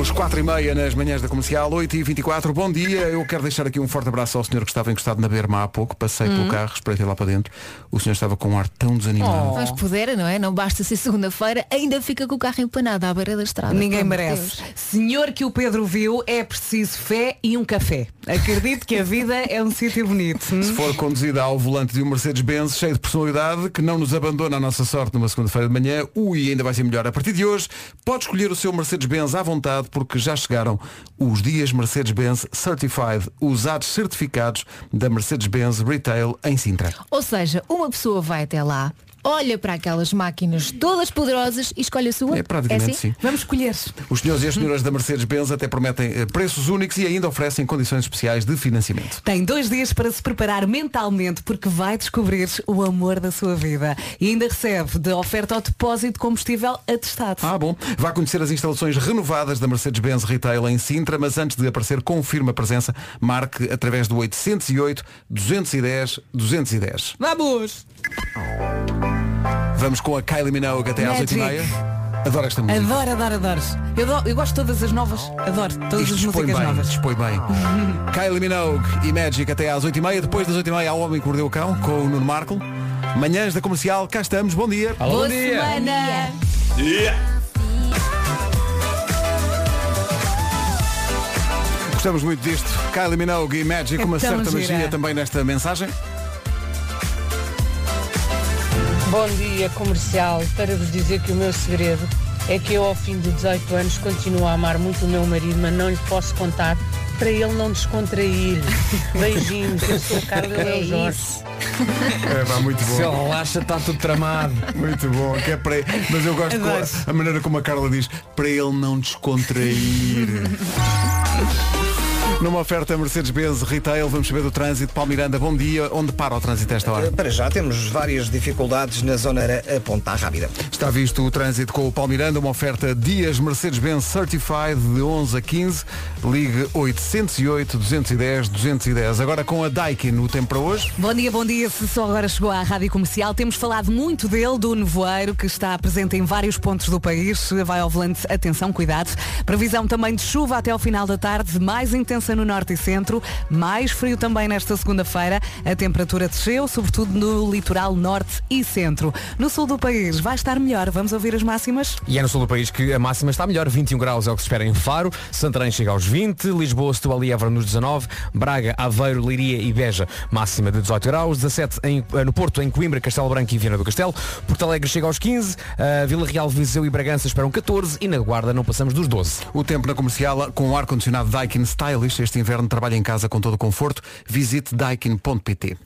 S2: Os 4 e meia nas manhãs da comercial, 8 e 24 bom dia. Eu quero deixar aqui um forte abraço ao senhor que estava encostado na berma há pouco. Passei pelo carro, espreitei lá para dentro. O senhor estava com um ar tão desanimado.
S5: Mas pudera, não é? Não basta ser segunda-feira, ainda fica com o carro empanado à beira da estrada.
S4: Ninguém
S5: Pelo amor de
S4: merece.
S5: Deus.
S4: Senhor que o Pedro viu, é preciso fé e um café. Acredito que a vida é um sítio bonito.
S2: Se for conduzida ao volante de um Mercedes-Benz cheio de personalidade, que não nos abandona a nossa sorte numa segunda-feira de manhã, ui, ainda vai ser melhor. A partir de hoje, pode escolher o seu Mercedes-Benz à vontade, porque já chegaram os dias Mercedes-Benz Certified, usados certificados da Mercedes-Benz Retail em Sintra.
S5: Ou seja, uma pessoa vai até lá, olha para aquelas máquinas todas poderosas e escolhe a sua.
S2: É praticamente
S5: assim?
S2: sim.
S4: Vamos escolher.
S2: Os senhores e as senhoras da Mercedes-Benz até prometem eh, preços únicos e ainda oferecem condições especiais de financiamento.
S4: Tem dois dias para se preparar mentalmente porque vai descobrir o amor da sua vida. E ainda recebe de oferta ao depósito de combustível atestado.
S2: Ah, bom. Vá conhecer as instalações renovadas da Mercedes-Benz Retail em Sintra, mas antes de aparecer, confirme a presença. Marque através do 808 210 210.
S4: Vamos!
S2: Vamos com a Kylie Minogue até às
S4: Magic.
S2: 8h30. Adoro esta música.
S4: Adoro, adoro, adoro. Eu, do- eu gosto de todas as novas. Adoro todas
S2: Isto
S4: as
S2: dispõe
S4: músicas
S2: bem,
S4: novas.
S2: dispõe bem. Kylie Minogue e Magic até às 8h30. Depois das 8h30 há o Homem que Mordeu o Cão com o Nuno Marco. Manhãs da Comercial, cá estamos. Bom dia.
S4: Boa semana!
S2: Gostamos muito disto. Kylie Minogue e Magic,
S4: É
S2: uma
S4: tão
S2: certa
S4: gira.
S2: magia também nesta mensagem.
S12: Bom dia, comercial. Para vos dizer que o meu segredo é que eu, ao fim de 18 anos, continuo a amar muito o meu marido, mas não lhe posso contar para ele não descontrair. Beijinhos, eu sou a Carla Del Jorge.
S2: É, pá, muito bom.
S7: Se ele relaxa, está tudo tramado.
S2: Muito bom, que é para Mas eu gosto com a, a maneira como a Carla diz, para ele não descontrair. Numa oferta Mercedes-Benz Retail, vamos saber do trânsito. Paulo Miranda, bom dia. Onde para o trânsito a esta hora?
S3: Eh, Para já temos várias dificuldades na zona a Ponta Rábida.
S2: Está visto o trânsito com o Palmiranda, uma oferta Dias Mercedes-Benz Certified de 11 a 15, ligue 808 210 210. Agora com a Daikin, o tempo para hoje.
S4: Bom dia, bom dia. Se só agora chegou à Rádio Comercial, temos falado muito dele, do nevoeiro, que está presente em vários pontos do país. Se Vai ao volante, atenção, cuidado. Previsão também de chuva até ao final da tarde, mais intensa no norte e centro, mais frio também nesta segunda-feira. A temperatura desceu, sobretudo no litoral norte e centro. No sul do país vai estar melhor. Vamos ouvir as máximas?
S7: E é no sul do país que a máxima está melhor. 21 graus é o que se espera em Faro. Santarém chega aos 20. Lisboa, Setúbal e Évora nos 19. Braga, Aveiro, Liria e Beja máxima de 18 graus. 17 em- eh, no Porto, em Coimbra, Castelo Branco e Viana do Castelo. Porto Alegre chega aos 15. eh, Vila Real, Viseu e Bragança esperam 14. E na Guarda não passamos dos 12.
S2: O tempo na comercial com o ar-condicionado Daikin Stylish. Este inverno trabalha em casa com todo o conforto. Visite daikin.pt.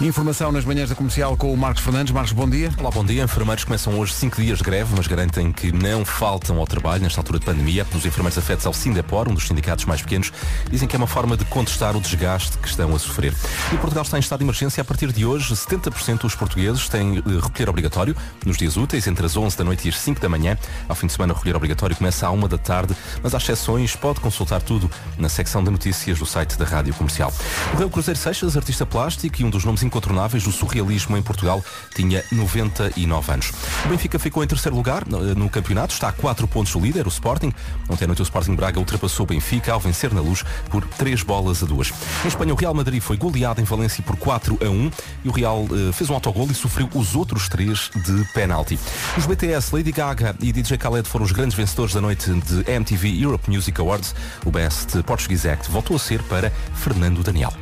S2: Informação nas manhãs da comercial com o Marcos Fernandes. Marcos, bom dia.
S8: Olá, bom dia. Enfermeiros começam hoje 5 dias de greve, mas garantem que não faltam ao trabalho nesta altura de pandemia. Os enfermeiros afetos ao Sindepor, um dos sindicatos mais pequenos, dizem que é uma forma de contestar o desgaste que estão a sofrer. E Portugal está em estado de emergência. A partir de hoje, 70% dos portugueses têm eh, recolher obrigatório nos dias úteis, entre as 11 da noite e as 5 da manhã. Ao fim de semana, o recolher obrigatório começa à 1 da tarde, mas há exceções. Pode consultar tudo na secção de notícias do site da Rádio Comercial. Morreu Cruzeiro Seixas, artista plástico e um dos nomes incontornáveis do surrealismo em Portugal, tinha 99 anos. O Benfica ficou em terceiro lugar eh, no campeonato, está a 4 pontos do líder, o Sporting. Ontem à noite o Sporting Braga ultrapassou o Benfica ao vencer na luz por 3 bolas a 2. Em Espanha, o Real Madrid foi goleado em Valência por 4 a 1 e o Real eh, fez um autogol e sofreu os outros 3 de penalti. Os BTS, Lady Gaga e DJ Khaled foram os grandes vencedores da noite de MTV Europe Music Awards. O Best Portuguese Act voltou a ser para Fernando Daniel.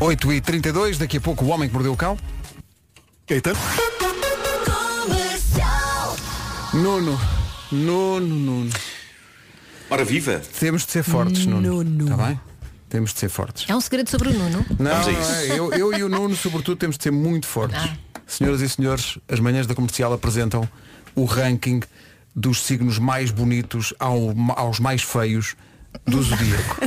S2: 8 e 32 daqui a pouco o homem que mordeu o cão. Eita. Nuno, Nuno, Nuno.
S11: Ora viva!
S2: Temos de ser fortes, Nuno. Está bem? Temos de ser fortes.
S5: É um segredo sobre o Nuno.
S2: Não,
S11: Vamos a
S2: não
S11: isso.
S2: é. Eu, eu e o Nuno, sobretudo, temos de ser muito fortes.
S5: Ah.
S2: Senhoras e senhores, as manhãs da comercial apresentam o ranking dos signos mais bonitos ao- aos mais feios do zodíaco.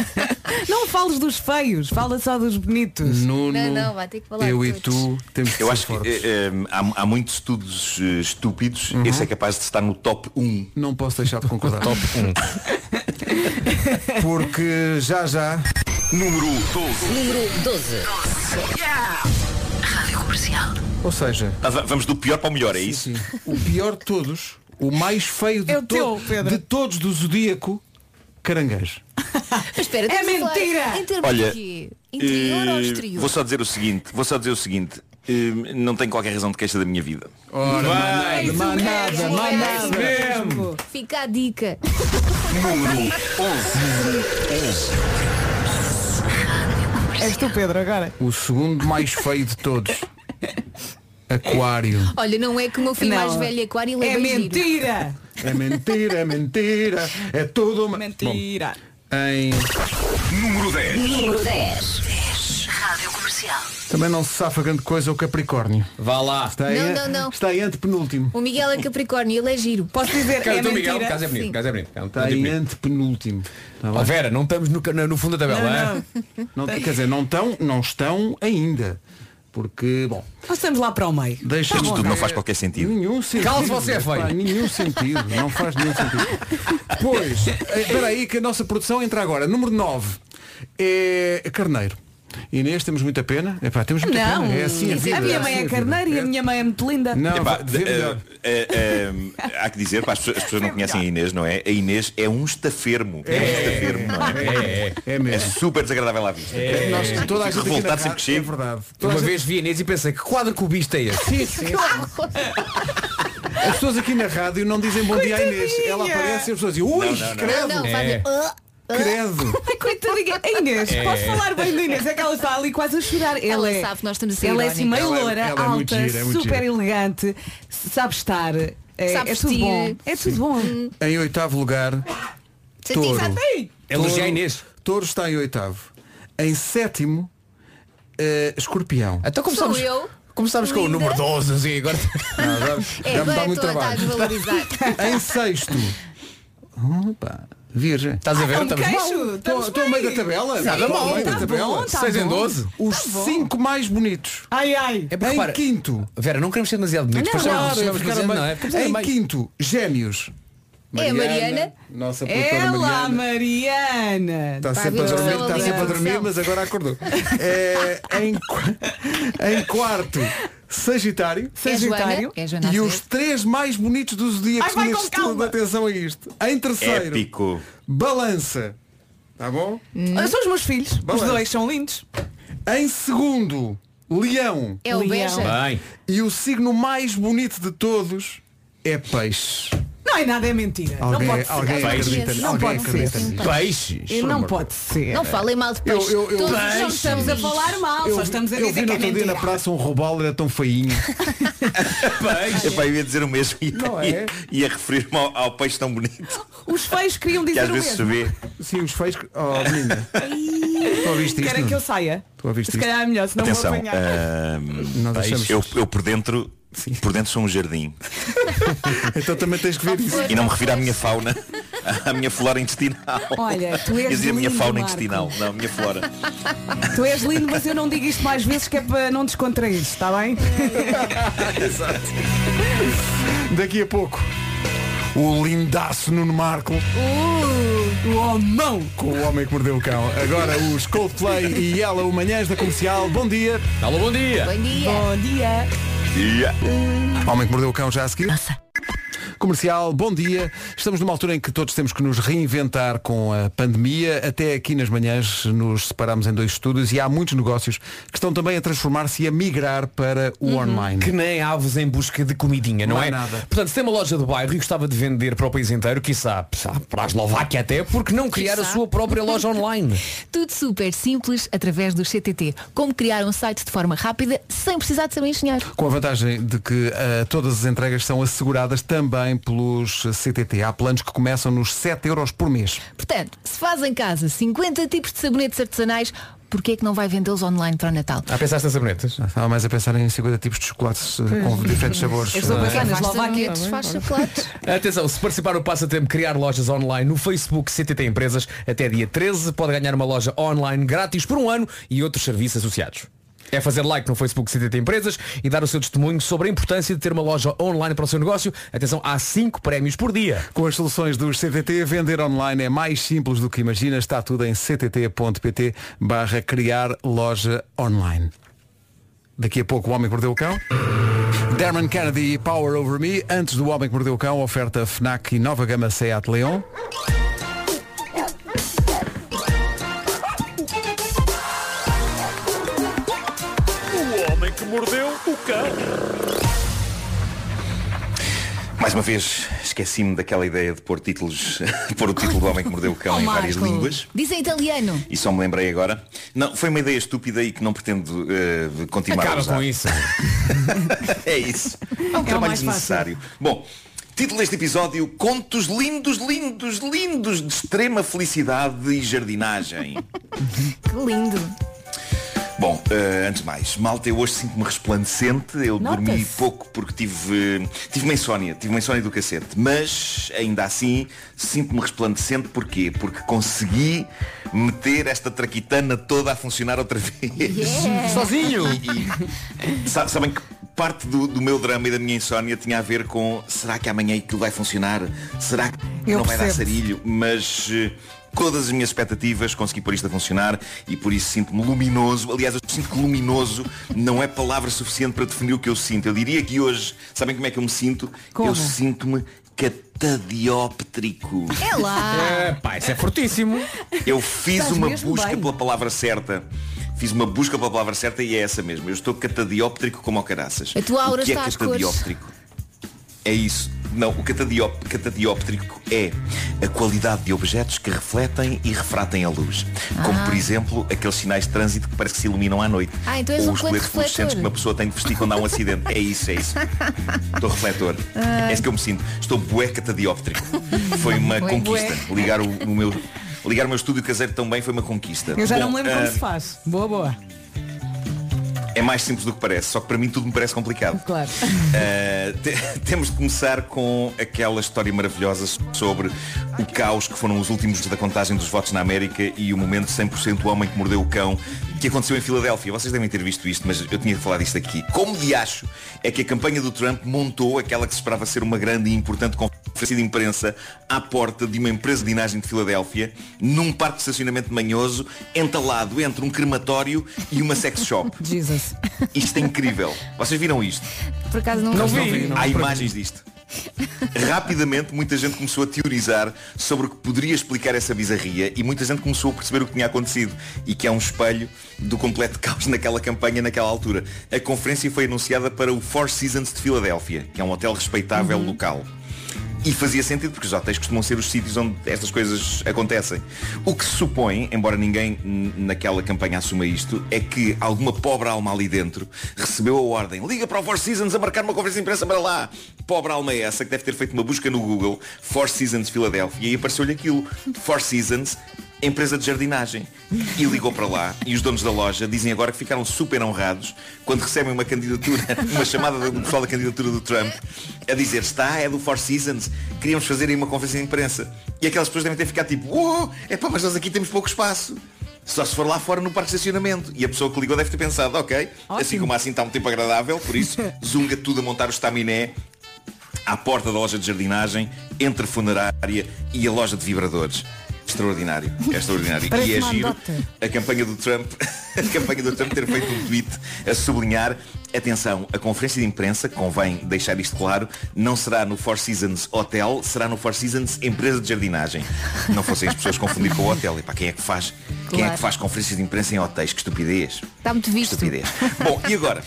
S4: Não fales dos feios, fala só dos bonitos.
S2: Nuno,
S5: Não, não, vai ter que falar
S2: eu
S5: de
S2: e tu temos de
S11: Eu
S2: ser
S11: acho que
S2: fortes. Uhum.
S11: eh, eh, há, há muitos estudos eh, estúpidos. Esse é capaz de estar no top 1.
S2: Não posso deixar de concordar. Top 1. Porque já já.
S11: Número 12.
S13: Número 12.
S1: Rádio Comercial.
S2: Ou seja,
S11: Ah, va- vamos do pior para o melhor, é isso?
S2: o pior de todos, o mais feio de,
S4: É o teu,
S2: to-
S4: Pedro.
S2: de todos do zodíaco, caranguejo.
S5: Mas espera,
S4: É
S5: estamos a falar
S4: mentira!
S5: Em termos
S11: Olha,
S5: de quê? Interior ou
S11: eh,
S5: exterior?
S11: vou só dizer o seguinte, vou só dizer o seguinte, eh, não tenho qualquer razão de queixa da minha vida.
S2: Ora,
S4: É
S2: manada, manada, manada.
S5: Fica a dica.
S4: És tu, Pedro, agora.
S2: O segundo mais feio de todos. Aquário.
S5: Olha, não é que o meu filho
S4: Não.
S5: mais velho aquário
S4: É
S5: é bem giro.
S4: mentira!
S2: É mentira, é mentira. É tudo uma...
S4: Mentira!
S2: Bom, em
S11: Número 10.
S13: Número 10.
S1: Rádio Comercial.
S2: Também não se safa grande coisa o Capricórnio.
S7: Vá lá.
S2: Está aí,
S5: Não, não, não.
S2: Está aí antepenúltimo.
S5: O Miguel é Capricórnio, ele é giro.
S4: Posso dizer,
S7: Cara, o teu Miguel, o caso é bonito, o caso é bonito. É um
S2: Está
S7: tipo
S2: aí
S7: bonito.
S2: antepenúltimo. Está bem?
S7: Ó, Vera, não estamos no, ca- no fundo da tabela,
S2: Não,
S7: é?
S5: Tá.
S2: Não, quer dizer, não estão, não estão ainda. Porque, bom,
S5: Tá
S4: Nós estamos lá para o meio.
S2: deixa
S11: Isto tudo não faz qualquer sentido.
S2: Nenhum sentido.
S7: Calce você, é feio.
S2: Pá, Nenhum sentido. Não faz nenhum sentido. Pois, eh, espera aí que a nossa produção entra agora. Número 9 é carneiro. Inês, temos muita pena. Epá, temos muita
S4: Não,
S2: pena. É assim a vida.
S4: minha mãe
S2: assim
S4: é
S2: a
S4: carneira e
S2: vida.
S4: a minha mãe é muito linda.
S2: Não,
S11: Epá,
S2: vá-
S11: de-
S2: vê melhor.
S11: eh, eh, eh, há que dizer, pá, as pessoas, as pessoas não conhecem a Inês, não é? A Inês é um estafermo. É, um estafermo, não é?
S7: É, é.
S2: É
S11: É
S2: mesmo. É.
S11: super desagradável à vista.
S7: eh,
S2: Nós, toda a gente aqui na
S11: Revoltado sempre
S2: rádio-
S11: que chego.
S2: É verdade. Toda a
S7: Uma
S2: gente-
S7: vez vi a Inês e pensei, que quadro cubista é esse?
S2: Sim, sim. As pessoas aqui na rádio não dizem bom dia à Inês. Ela aparece e as pessoas dizem, ui,
S11: Não, não, não.
S5: Não,
S2: credo,
S5: não,
S7: É.
S5: fazem. "Ah, ah".
S2: credo.
S4: Ai, coitadinha. A Inês, posso falar bem da Inês? É que ela está ali quase a chorar.
S5: Ela
S4: é,
S5: sabe que nós estamos a ser
S4: ela é assim meio
S2: Ela é-
S4: loura,
S2: ela é muito
S4: alta,
S2: gira, é muito
S4: super
S2: gira.
S4: elegante, sabe estar. É,
S5: Sabe
S4: é tudo
S5: vestir.
S4: bom. É tudo bom.
S2: Em oitavo lugar, touro.
S7: Elogia a
S2: Touro-
S7: É Inês.
S2: Touro está em oitavo. Em sétimo, eh, escorpião.
S7: Então começámos,
S5: Sou eu.
S7: começámos com é o
S5: Linda.
S7: número 12, assim, agora...
S2: Não, dá-
S5: É,
S2: dá-me- dá
S5: agora
S2: muito
S5: estou a
S2: trabalho.
S5: desvalorizar.
S2: Em sexto, opa, virgem.
S7: Estás a ver?
S4: Ah, um
S7: Estamos
S2: Tá
S7: mal.
S4: queixo.
S2: Estou
S4: Estamos
S2: estou ao
S4: bem.
S2: meio da tabela.
S7: Nada
S2: Estou ao
S7: mal.
S2: meio da
S7: Tá
S2: tabela.
S4: bom, tá
S7: Seis em
S4: bom.
S7: 12.
S2: Os cinco mais bonitos.
S4: Ai, ai.
S7: É porque,
S2: Em
S7: repara,
S2: quinto.
S7: Vera, não queremos ser demasiado bonitos.
S4: Não,
S7: para
S4: não,
S7: sermos- sermos
S2: ficar a
S7: dizendo,
S2: meio.
S7: não é? Porque
S2: Em
S7: também-
S2: quinto, gêmeos.
S5: É a Mariana.
S2: Nossa produtora
S4: Ela,
S2: Mariana. Tá
S4: Mariana.
S2: Está sempre a
S5: ver,
S2: dormir,
S5: são
S2: está
S5: ali
S2: sempre a
S5: na
S2: dormir,
S5: produção.
S2: mas agora acordou. É, em, qu- em quarto, Sagitário.
S5: É
S4: Sagitário.
S5: Joana? É Joana
S2: E
S5: a
S2: os
S5: ser?
S2: três mais bonitos dos dias
S4: Ai, vai
S2: neste
S4: com calma.
S2: estudo, atenção a isto. Em terceiro,
S11: Épico.
S2: balança. Está bom?
S4: Ah, São os meus filhos. Os
S2: Balanço.
S4: dois são lindos.
S2: Em segundo, leão.
S5: É o
S4: Leão.
S5: Beja.
S7: Bem,
S2: E o signo mais bonito de todos é peixe.
S4: Não é nada, é mentira.
S2: Alguém,
S4: não pode ser.
S2: alguém
S5: Peixe.
S2: acredita,
S5: Não
S2: alguém
S4: pode ser. então.
S2: acredita nisto.
S7: peixes.
S4: E não pode ser.
S5: Não falem mal de peixe.
S2: é. eu- eu-
S5: Todos
S2: Peixe.
S4: Não
S5: nós
S4: estamos a falar mal, só estamos a
S2: eu vi
S4: dizer
S2: no
S4: que é
S2: outro dia
S4: mentira.
S2: na praça um robalo, era tão feinho.
S11: Epá, eu ia dizer o mesmo. Ia,
S2: Não é?
S11: ia- ia referir-me ao, ao peixe tão bonito
S4: Os feios queriam
S11: que às
S4: dizer o
S11: vezes se
S4: mesmo.
S11: vê.
S2: Sim, os feios. que- Oh, menina. tu ouviste isto?
S4: Querem que eu
S2: Nuno?
S4: saia?
S2: Tu ouviste
S4: Se
S2: isto?
S4: calhar é melhor, senão
S11: Atenção. eh.
S4: vou apanhar.
S11: ahm,
S2: Não deixamos.
S11: eu, eu por dentro. Por dentro sou um jardim.
S2: Então também tens que ver isso.
S11: E não me refiro à minha fauna, à minha flora intestinal.
S4: Olha, tu és
S11: Ia dizer a minha
S4: lindo,
S11: fauna
S4: Marco.
S11: intestinal, não, a minha flora.
S4: Tu és lindo, mas eu não digo isto mais vezes que é para não descontrair, está bem?
S2: Daqui a pouco. O lindaço Nuno Marco
S4: Uh, o homão!
S2: com o homem que mordeu o cão. Agora os Coldplay e ela, o Manhãs da Comercial. Bom dia.
S7: Alô, bom dia.
S5: Bom dia.
S4: Bom dia!
S11: Yeah.
S2: Homem que mordeu o cão já a seguir. Comercial, bom dia. Estamos numa altura em que todos temos que nos reinventar com a pandemia. Até aqui nas manhãs nos separamos em dois estúdios e há muitos negócios que estão também a transformar-se e a migrar para o
S4: Uhum.
S2: online.
S7: Que nem aves em busca de comidinha, não,
S2: Não há
S7: é?
S2: nada.
S7: Portanto, se tem uma loja do bairro e gostava de vender para o país inteiro, quiçá, pá, para a Eslováquia até, porque não criar a
S5: Quiçá.
S7: sua própria loja online?
S5: Tudo super simples através do CTT. Como criar um site de forma rápida sem precisar de ser um engenheiro.
S2: Com a vantagem de que ah, todas as entregas são asseguradas também pelos CTT. Há planos que começam nos 7 euros por mês.
S5: Portanto, se faz em casa 50 tipos de sabonetes artesanais, porquê é que não vai vendê-los online para o Natal?
S7: Ah, pensaste nas sabonetes?
S2: Estava mais a pensar em 50 tipos de chocolates ah, com diferentes sabores.
S4: Eu sou
S2: Ah,
S4: bacana,
S5: Faz
S4: Eslováquia.
S5: sabonetes, faz chocolates.
S7: Atenção, se participar no passatempo Criar Lojas Online no Facebook CTT Empresas, até dia 13 pode ganhar uma loja online grátis por um ano e outros serviços associados. É fazer like no Facebook CTT Empresas e dar o seu testemunho sobre a importância de ter uma loja online para o seu negócio. Atenção, há 5 prémios por dia.
S2: Com as soluções dos CTT, vender online é mais simples do que imagina. Está tudo em ctt.pt barra criar loja online. Daqui a pouco o Homem que Mordeu o Cão. Derman Kennedy e Power Over Me. Antes do Homem que Mordeu o Cão, oferta FNAC e nova gama Seat Leon.
S11: Mais uma vez, esqueci-me daquela ideia de pôr títulos, pôr o título do Homem que Mordeu o Cão
S5: Oh,
S11: em várias
S5: Marco,
S11: línguas.
S5: Diz em italiano.
S11: E só me lembrei agora. Não, foi uma ideia estúpida e que não pretendo eh, continuar a
S7: Acaba
S11: usar.
S7: com isso.
S11: É isso. É um trabalho
S4: mais
S11: desnecessário. Bom, título deste episódio, Contos Lindos, Lindos, Lindos de Extrema Felicidade e Jardinagem.
S5: Que lindo.
S11: Bom, eh, antes de mais, malta, eu hoje sinto-me resplandecente. Eu
S13: Nota-se.
S11: dormi pouco porque tive, eh, tive uma insónia, tive uma insónia do cacete. Mas, ainda assim, sinto-me resplandecente porquê? Porque consegui meter esta traquitana toda a funcionar outra vez.
S7: Yeah. Sozinho?
S11: Sa- Sabem que parte do, do meu drama e da minha insónia tinha a ver com será que amanhã aquilo vai funcionar? Será que
S14: Eu
S11: não vai dar
S14: percebo-te.
S11: sarilho? Mas eh, todas as minhas expectativas consegui pôr isto a funcionar e por isso sinto-me luminoso. Aliás, eu sinto que luminoso não é palavra suficiente para definir o que eu sinto. Eu diria que hoje, sabem como é que eu me sinto?
S5: Como?
S11: Eu sinto-me catadióptrico.
S5: É
S7: Ah,
S5: lá.
S11: pá, isso é fortíssimo. Eu fiz
S5: Estás
S11: uma
S5: mesmo
S11: busca
S5: bem.
S11: pela palavra certa. Fiz uma busca pela palavra certa e é essa mesmo. Eu estou catadióptrico como ao caraças.
S5: A tua aura
S11: o que é
S5: está às cores.
S11: catadióptrico? É isso. Não, o catadiop, catadióptrico é a qualidade de objetos que refletem e refratem a luz. Como,
S5: Ah.
S11: por exemplo, aqueles sinais de trânsito que parece que se iluminam à noite.
S5: Ah, então és
S11: Ou
S5: um
S11: os
S5: coelho
S11: coletes fluorescentes que
S5: refletor.
S11: uma pessoa tem de vestir quando há um acidente. É isso, é isso. Estou refletor.
S5: Ah.
S11: É isso que eu me sinto. Estou bué catadióptrico. Foi uma
S4: Bué,
S11: conquista.
S4: bué.
S11: Ligar o, o meu... Ligar o meu estúdio caseiro tão bem foi uma conquista.
S4: Eu já
S11: Bom,
S4: não me lembro como
S11: ah,
S4: se faz. Boa, boa.
S11: é mais simples do que parece, só que para mim tudo me parece complicado.
S4: Claro.
S11: Uh, te- temos de começar com aquela história maravilhosa sobre o caos que foram os últimos dias da contagem dos votos na América e o momento 100% homem que mordeu o cão que aconteceu em Filadélfia. Vocês devem ter visto isto, mas eu tinha de falar disto aqui. Como de acho é que a campanha do Trump montou aquela que se esperava ser uma grande e importante conferência de imprensa à porta de uma empresa de dinagem de Filadélfia, num parque de estacionamento manhoso, entalado entre um crematório e uma sex shop.
S4: Jesus.
S11: Isto é incrível. Vocês viram isto?
S5: Por acaso não,
S11: Há imagens disto. Rapidamente, muita gente começou a teorizar sobre o que poderia explicar essa bizarria e muita gente começou a perceber o que tinha acontecido e que é um espelho do completo caos naquela campanha naquela altura. A conferência foi anunciada para o Four Seasons de Filadélfia, que é um hotel respeitável local. E fazia sentido porque os hotéis costumam ser os sítios onde estas coisas acontecem. O que se supõe, embora ninguém hum, naquela campanha assuma isto, é que alguma pobre alma ali dentro recebeu a ordem liga para o Four Seasons a marcar uma conferência de imprensa para lá. Pobre alma é essa que deve ter feito uma busca no Google Four Seasons Filadélfia e apareceu-lhe aquilo. Four Seasons empresa de jardinagem e ligou para lá e os donos da loja dizem agora que ficaram super honrados quando recebem uma candidatura, uma chamada do pessoal da candidatura do Trump a dizer está, é do Four Seasons, queríamos fazer aí uma conferência de imprensa. E aquelas pessoas devem ter ficado tipo, oh, é pá, mas nós aqui temos pouco espaço. Só se for lá fora no parque de estacionamento. E a pessoa que ligou deve ter pensado, ok, assim como assim está um tempo agradável, por isso zunga tudo a montar o estaminé à porta da loja de jardinagem, entre a funerária e a loja de vibradores. Extraordinário, é extraordinário.
S14: Parece
S11: e é
S14: uma
S11: giro
S14: anedota.
S11: a campanha do Trump, a campanha do Trump ter feito um tweet a sublinhar, atenção, a conferência de imprensa, convém deixar isto claro, não será no Four Seasons Hotel, será no Four Seasons Empresa de Jardinagem. Não fossem as pessoas confundir com o hotel. E para quem é que faz? Quem é
S5: Claro.
S11: que faz conferências de imprensa em hotéis? Que estupidez.
S5: Está Tá muito visto.
S11: Estupidez. Bom, e agora?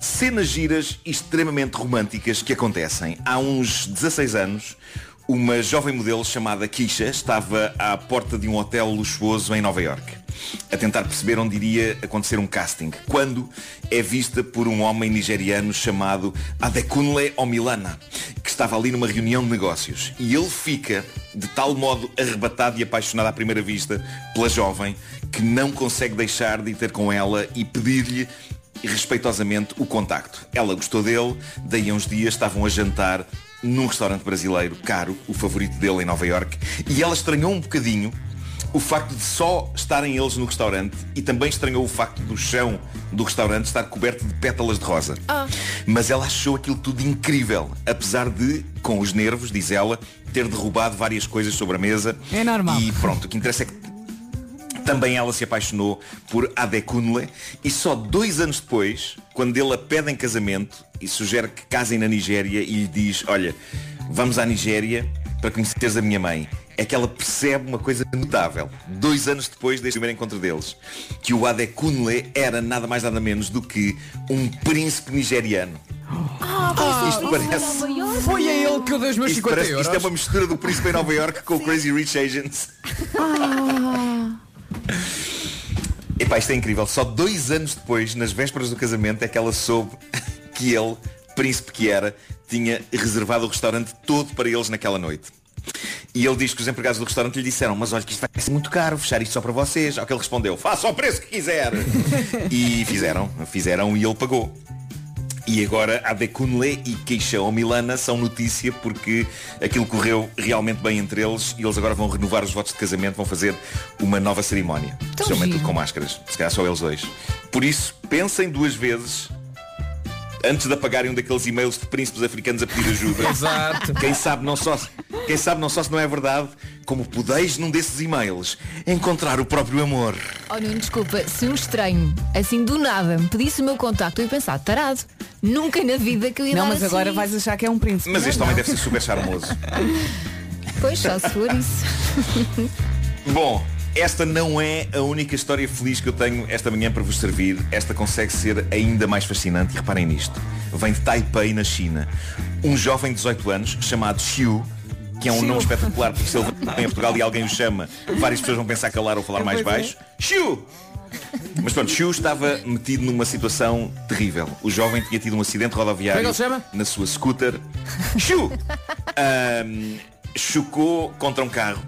S11: Cenas giras e extremamente românticas que acontecem. Há uns 16 anos, uma jovem modelo chamada Kisha estava à porta de um hotel luxuoso em Nova York, a tentar perceber onde iria acontecer um casting, quando é vista por um homem nigeriano chamado Adekunle Omilana, que estava ali numa reunião de negócios. E ele fica de tal modo arrebatado e apaixonado à primeira vista pela jovem que não consegue deixar de ir ter com ela e pedir-lhe respeitosamente o contacto. Ela gostou dele, daí a uns dias estavam a jantar num restaurante brasileiro caro, o favorito dele em Nova York, e ela estranhou um bocadinho o facto de só estarem eles no restaurante e também estranhou o facto do chão do restaurante estar coberto de pétalas de rosa.
S4: Ah.
S11: Mas ela achou aquilo tudo incrível, apesar de, com os nervos, diz ela, ter derrubado várias coisas sobre a mesa.
S4: É normal.
S11: E pronto, o que interessa é que também ela se apaixonou por Adekunle e só dois anos depois, quando ele a pede em casamento e sugere que casem na Nigéria e lhe diz, olha, vamos à Nigéria para conheceres a minha mãe, é que ela percebe uma coisa notável, dois anos depois deste primeiro encontro deles, que o Adekunle era nada mais nada menos do que um príncipe nigeriano. isto parece...
S7: Foi a ele que eu dei os meus
S11: Isto,
S7: 50
S11: parece,
S7: euros.
S11: isto é uma mistura do príncipe em Nova York com o Crazy Rich Asians.
S5: Ah,
S11: Epá, isto é incrível. Só dois anos depois, nas vésperas do casamento, é que ela soube que ele, príncipe que era, tinha reservado o restaurante todo para eles naquela noite. E ele diz que os empregados do restaurante lhe disseram, mas olha que isto vai ser muito caro, fechar isto só para vocês. Ao que ele respondeu, faça ao preço que quiser. e fizeram, fizeram e ele pagou. E agora a Decunle e Queixão Milana são notícia porque aquilo correu realmente bem entre eles e eles agora vão renovar os votos de casamento, vão fazer uma nova cerimónia.
S13: Tão
S11: Especialmente
S13: giro.
S11: com máscaras. Se calhar só eles dois. Por isso, pensem duas vezes antes de apagarem um daqueles e-mails de príncipes africanos a pedir ajuda.
S7: Exato.
S11: Quem sabe não só se, quem sabe não só se não é verdade, como podeis num desses e-mails encontrar o próprio amor.
S5: Oh Nuno, desculpa, se um estranho, assim do nada, me pedisse o meu contacto, eu ia pensar, tarado, nunca na vida que eu ia
S4: Não,
S5: dar
S4: mas
S5: assim.
S4: agora vais achar que é um príncipe.
S11: Mas este
S4: Não,
S11: homem
S4: não.
S11: deve ser super charmoso.
S5: Pois, só se for isso.
S11: Bom, esta não é a única história feliz que eu tenho esta manhã para vos servir. Esta consegue ser ainda mais fascinante e reparem nisto. Vem de Taipei, na China. Um jovem de 18 anos chamado Xiu que é um
S13: Xiu.
S11: nome espetacular, porque se ele vem a Portugal e alguém o chama, várias pessoas vão pensar calar ou falar mais
S13: Pois é.
S11: baixo. Xiu! Mas pronto, Xiu estava metido numa situação terrível. O jovem tinha tido um acidente rodoviário
S13: Como é que ele chama?
S11: na sua scooter. Xiu! Ahm, chocou contra um carro,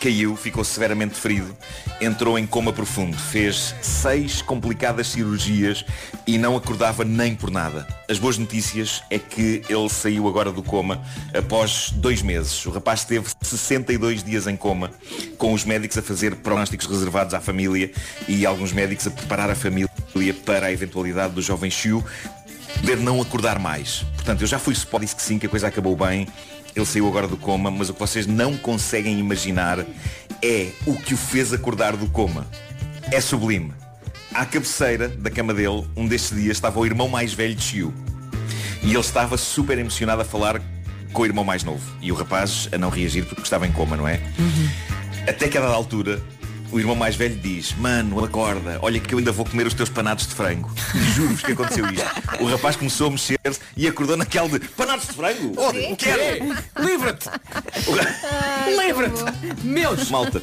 S11: caiu, ficou severamente ferido, entrou em coma profundo, fez seis complicadas cirurgias e não acordava nem por nada. As boas notícias é que ele saiu agora do coma após dois meses. O rapaz esteve 62 dias em coma, com os médicos a fazer prognósticos reservados à família e alguns médicos a preparar a família para a eventualidade do jovem Xiu poder não acordar mais. Portanto, eu já fui supor disse que sim, que a coisa acabou bem. Ele saiu agora do coma, mas o que vocês não conseguem imaginar é o que o fez acordar do coma. É sublime. À cabeceira da cama dele, um destes dias, estava o irmão mais velho de Chiu. E ele estava super emocionado a falar com o irmão mais novo. E o rapaz a não reagir porque estava em coma, não é? Até que a dada altura, o irmão mais velho diz Mano, acorda, olha que eu ainda vou comer os teus panados de frango. E Juro-vos que aconteceu isto. O rapaz começou a mexer-se e acordou naquele de Panados de frango? Oh,
S13: Sim.
S7: é
S11: quero! Livra-te!
S13: Livra-te!
S11: Meus! Malta,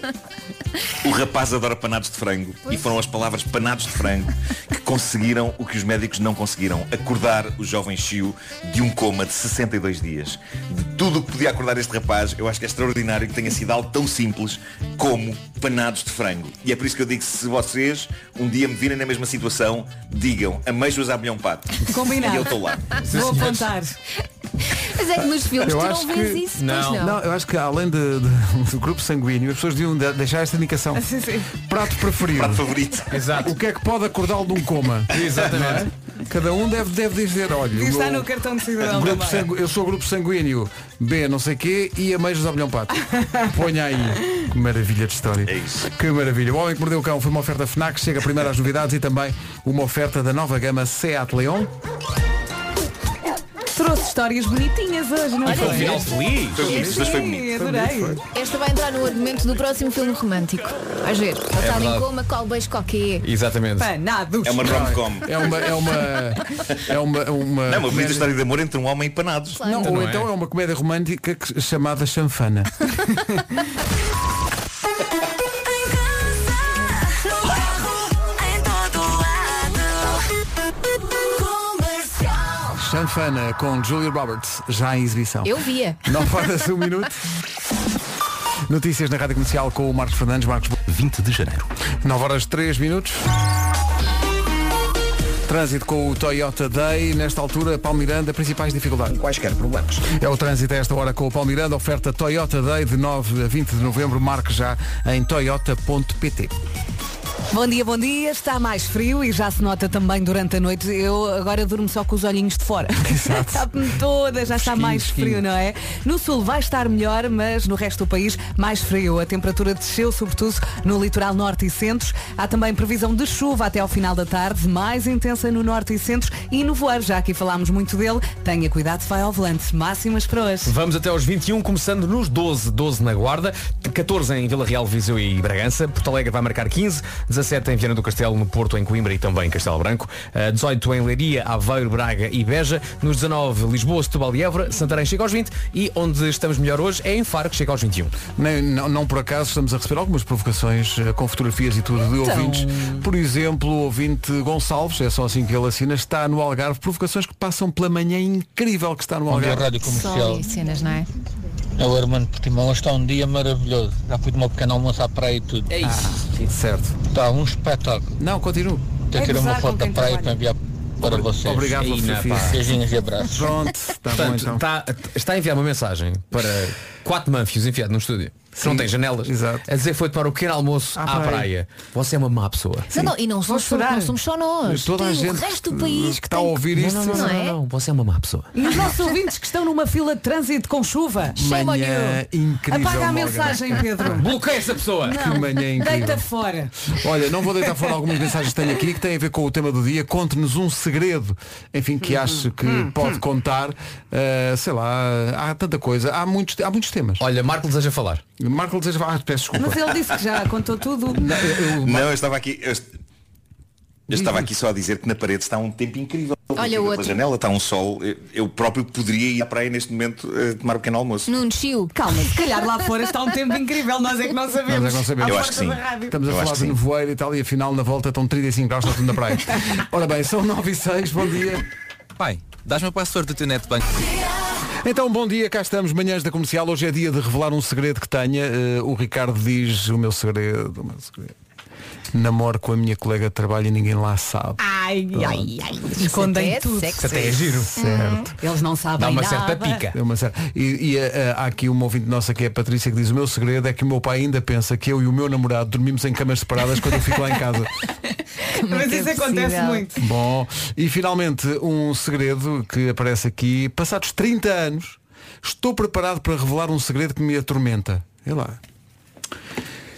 S11: o rapaz adora panados de frango e foram as palavras panados de frango que conseguiram o que os médicos não conseguiram, acordar o jovem Chiu de um coma de 62 dias. De tudo o que podia acordar este rapaz, eu acho que é extraordinário que tenha sido algo tão simples como panados de frango. E é por isso que eu digo, se vocês um dia me virem na mesma situação, digam, ameijoas à milhão pato.
S4: Combinado.
S11: E eu estou lá.
S4: Vou apontar.
S5: Mas é que nos filmes tu não vês isso, pois não.
S2: eu acho que além de- de- do grupo sanguíneo, as pessoas deviam de- deixar esta indicação.
S5: Sim, sim.
S2: Prato preferido.
S11: Prato favorito.
S2: Exato. O que é que pode acordá-lo de um coma?
S7: Exatamente.
S2: Não é? Cada um deve, deve dizer, olha. o
S4: Está
S2: meu-
S4: no cartão de cidadão
S2: grupo
S4: também.
S2: sangu- Eu sou grupo sanguíneo B não sei quê e ameijos ao milhão pato. Ponha aí. Que maravilha de história. É
S11: isso.
S2: Que maravilha. O Homem que Mordeu o Cão foi uma oferta FNAC, chega primeiro às novidades e também uma oferta da nova gama Seat Leon.
S4: Trouxe histórias bonitinhas hoje, não
S2: E
S4: é?
S2: foi um final feliz. Foi bonito, mas foi
S4: Sim,
S2: bonito.
S4: Adorei.
S2: Foi bonito,
S5: Esta vai entrar no argumento do próximo filme romântico. Vais ver. Ele estava em
S7: verdade.
S5: coma, qual beijo qualquer.
S7: Exatamente.
S4: Panados.
S11: É uma rom-com.
S2: É uma. É uma. É uma. uma
S11: Não, uma bonita
S2: comédia-
S11: história de amor entre um homem e panados.
S2: Não, ou então é uma comédia romântica que- chamada Chanfana. Chanfana com Julia Roberts, já em exibição.
S5: Eu via.
S2: 9 horas, 1 minuto. Notícias na Rádio Comercial com o Marcos Fernandes. Marcos,
S8: 20 de janeiro.
S2: 9 horas, 3 minutos. Trânsito com o Toyota Day. Nesta altura, Palmiranda, principais dificuldades.
S3: Quaisquer problemas.
S2: É o trânsito a esta hora com o Palmiranda. Oferta Toyota Day de 9 a 20 de novembro. Marque já em toyota.pt.
S4: Bom dia, bom dia. Está mais frio e já se nota também durante a noite. Eu agora durmo só com os olhinhos de fora. Sabe-me toda, já está
S14: Fresquinho,
S4: mais
S14: fresquinho.
S4: frio, não é? No sul vai estar melhor, mas no resto do país mais frio. A temperatura desceu, sobretudo no litoral norte e centros. Há também previsão de chuva até ao final da tarde, mais intensa no norte e centros e no voar. Já aqui falámos muito dele. Tenha cuidado, vai ao volante. Máximas para hoje.
S7: Vamos até aos 21, começando nos 12. 12 na Guarda, 14 em Vila Real, Viseu e Bragança. Porto Alegre vai marcar 15, 17 em Viana do Castelo, no Porto, em Coimbra e também em Castelo Branco. Eh, 18 em Leiria, Aveiro, Braga e Beja. Nos 19, Lisboa, Setúbal e Évora. Santarém chega aos 20 e onde estamos melhor hoje é em Faro, que chega aos 21.
S2: Nem- não, não por acaso estamos a receber algumas provocações eh, com fotografias e tudo de
S7: Então.
S2: ouvintes. Por exemplo, o ouvinte Gonçalves, é só assim que ele assina, está no Algarve. Provocações que passam pela manhã incrível que está no
S15: Bom dia,
S2: Algarve.
S15: Rádio Comercial.
S5: Só ali cenas, não é?
S13: É o Armando Portimão, hoje está um dia maravilhoso. Já fui de uma pequena almoço à praia e tudo. É isso.
S2: certo.
S13: Está um espetáculo.
S2: Não, continuo.
S13: Tenho
S2: É
S13: que tirar uma
S2: gozar com
S13: foto da
S2: quem
S13: praia
S2: trabalha.
S13: para enviar para vocês.
S7: Obrigado pela
S13: Ina,
S7: fotografia.
S13: pá. Beijinhos e abraços.
S2: Pronto, tá
S7: Portanto, está, está a enviar uma mensagem para quatro manfios enfiado num estúdio. que não tem janelas. A dizer que foi tomar o pequeno almoço à, praia.
S5: praia.
S7: Você é uma má pessoa.
S5: Não, não, e não somos, só- não somos só nós. Tem o resto do país que
S7: está a ouvir
S5: que-
S7: isto. Não, não, não,
S5: não é?
S7: não, não, Você é uma má pessoa.
S4: E os nossos ouvintes que estão numa fila de trânsito com chuva. Shame on
S2: Manhã
S4: you.
S2: incrível,
S4: Apaga a
S2: Morgan.
S4: mensagem, Pedro.
S7: Bloqueia essa pessoa.
S4: Não.
S2: Que manhã incrível.
S4: Deita fora.
S2: Olha, não vou deitar fora algumas mensagens que tenho aqui que têm a ver com o tema do dia. Conte-nos um segredo, enfim, que
S4: Hum,
S2: acho que pode contar. Uh, sei lá, há tanta coisa. Há muitos, há muitos temas.
S7: Olha, Marco deseja falar.
S2: Marco deseja falar. Ah, peço desculpa.
S4: Mas ele disse que já contou tudo.
S11: Não, eu estava aqui. Eu, est- eu estava aqui só a dizer que na parede está um tempo incrível.
S5: Olha
S11: Pela
S5: outro.
S11: janela está um sol. Eu, eu próprio poderia ir à praia neste momento eh, tomar um pequeno almoço.
S5: Nuno Chiu.
S4: Calma, se calhar lá fora está um tempo incrível, nós é que não sabemos.
S2: Nós é que não sabemos.
S4: À porta da rádio.
S2: Estamos a falar de nevoeiro e tal, e afinal na volta estão 35 graus, está tudo na praia. Ora bem, são 9 e 6, bom dia.
S14: Pai, dás-me a password do teu netbank.
S2: Então, bom dia, cá estamos, manhãs da comercial. Hoje é dia de revelar um segredo que tenha. Eh, o Ricardo diz: o meu segredo, o meu segredo. Namoro com a minha colega de trabalho e ninguém lá sabe.
S4: Ai, ai, ai. Escondem
S2: Isso até é
S4: tudo.
S2: sexy. Até é giro. Certo.
S4: Eles não sabem nada.
S2: É uma certa- E, e, eh, há aqui uma ouvinte nossa que é a Patrícia que diz o meu segredo é que o meu pai ainda pensa que eu e o meu namorado dormimos em camas separadas quando eu fico lá em casa.
S4: Mas isso acontece muito.
S2: Bom, e finalmente um segredo que aparece aqui. Passados 30 anos, estou preparado para revelar um segredo que me atormenta. É lá.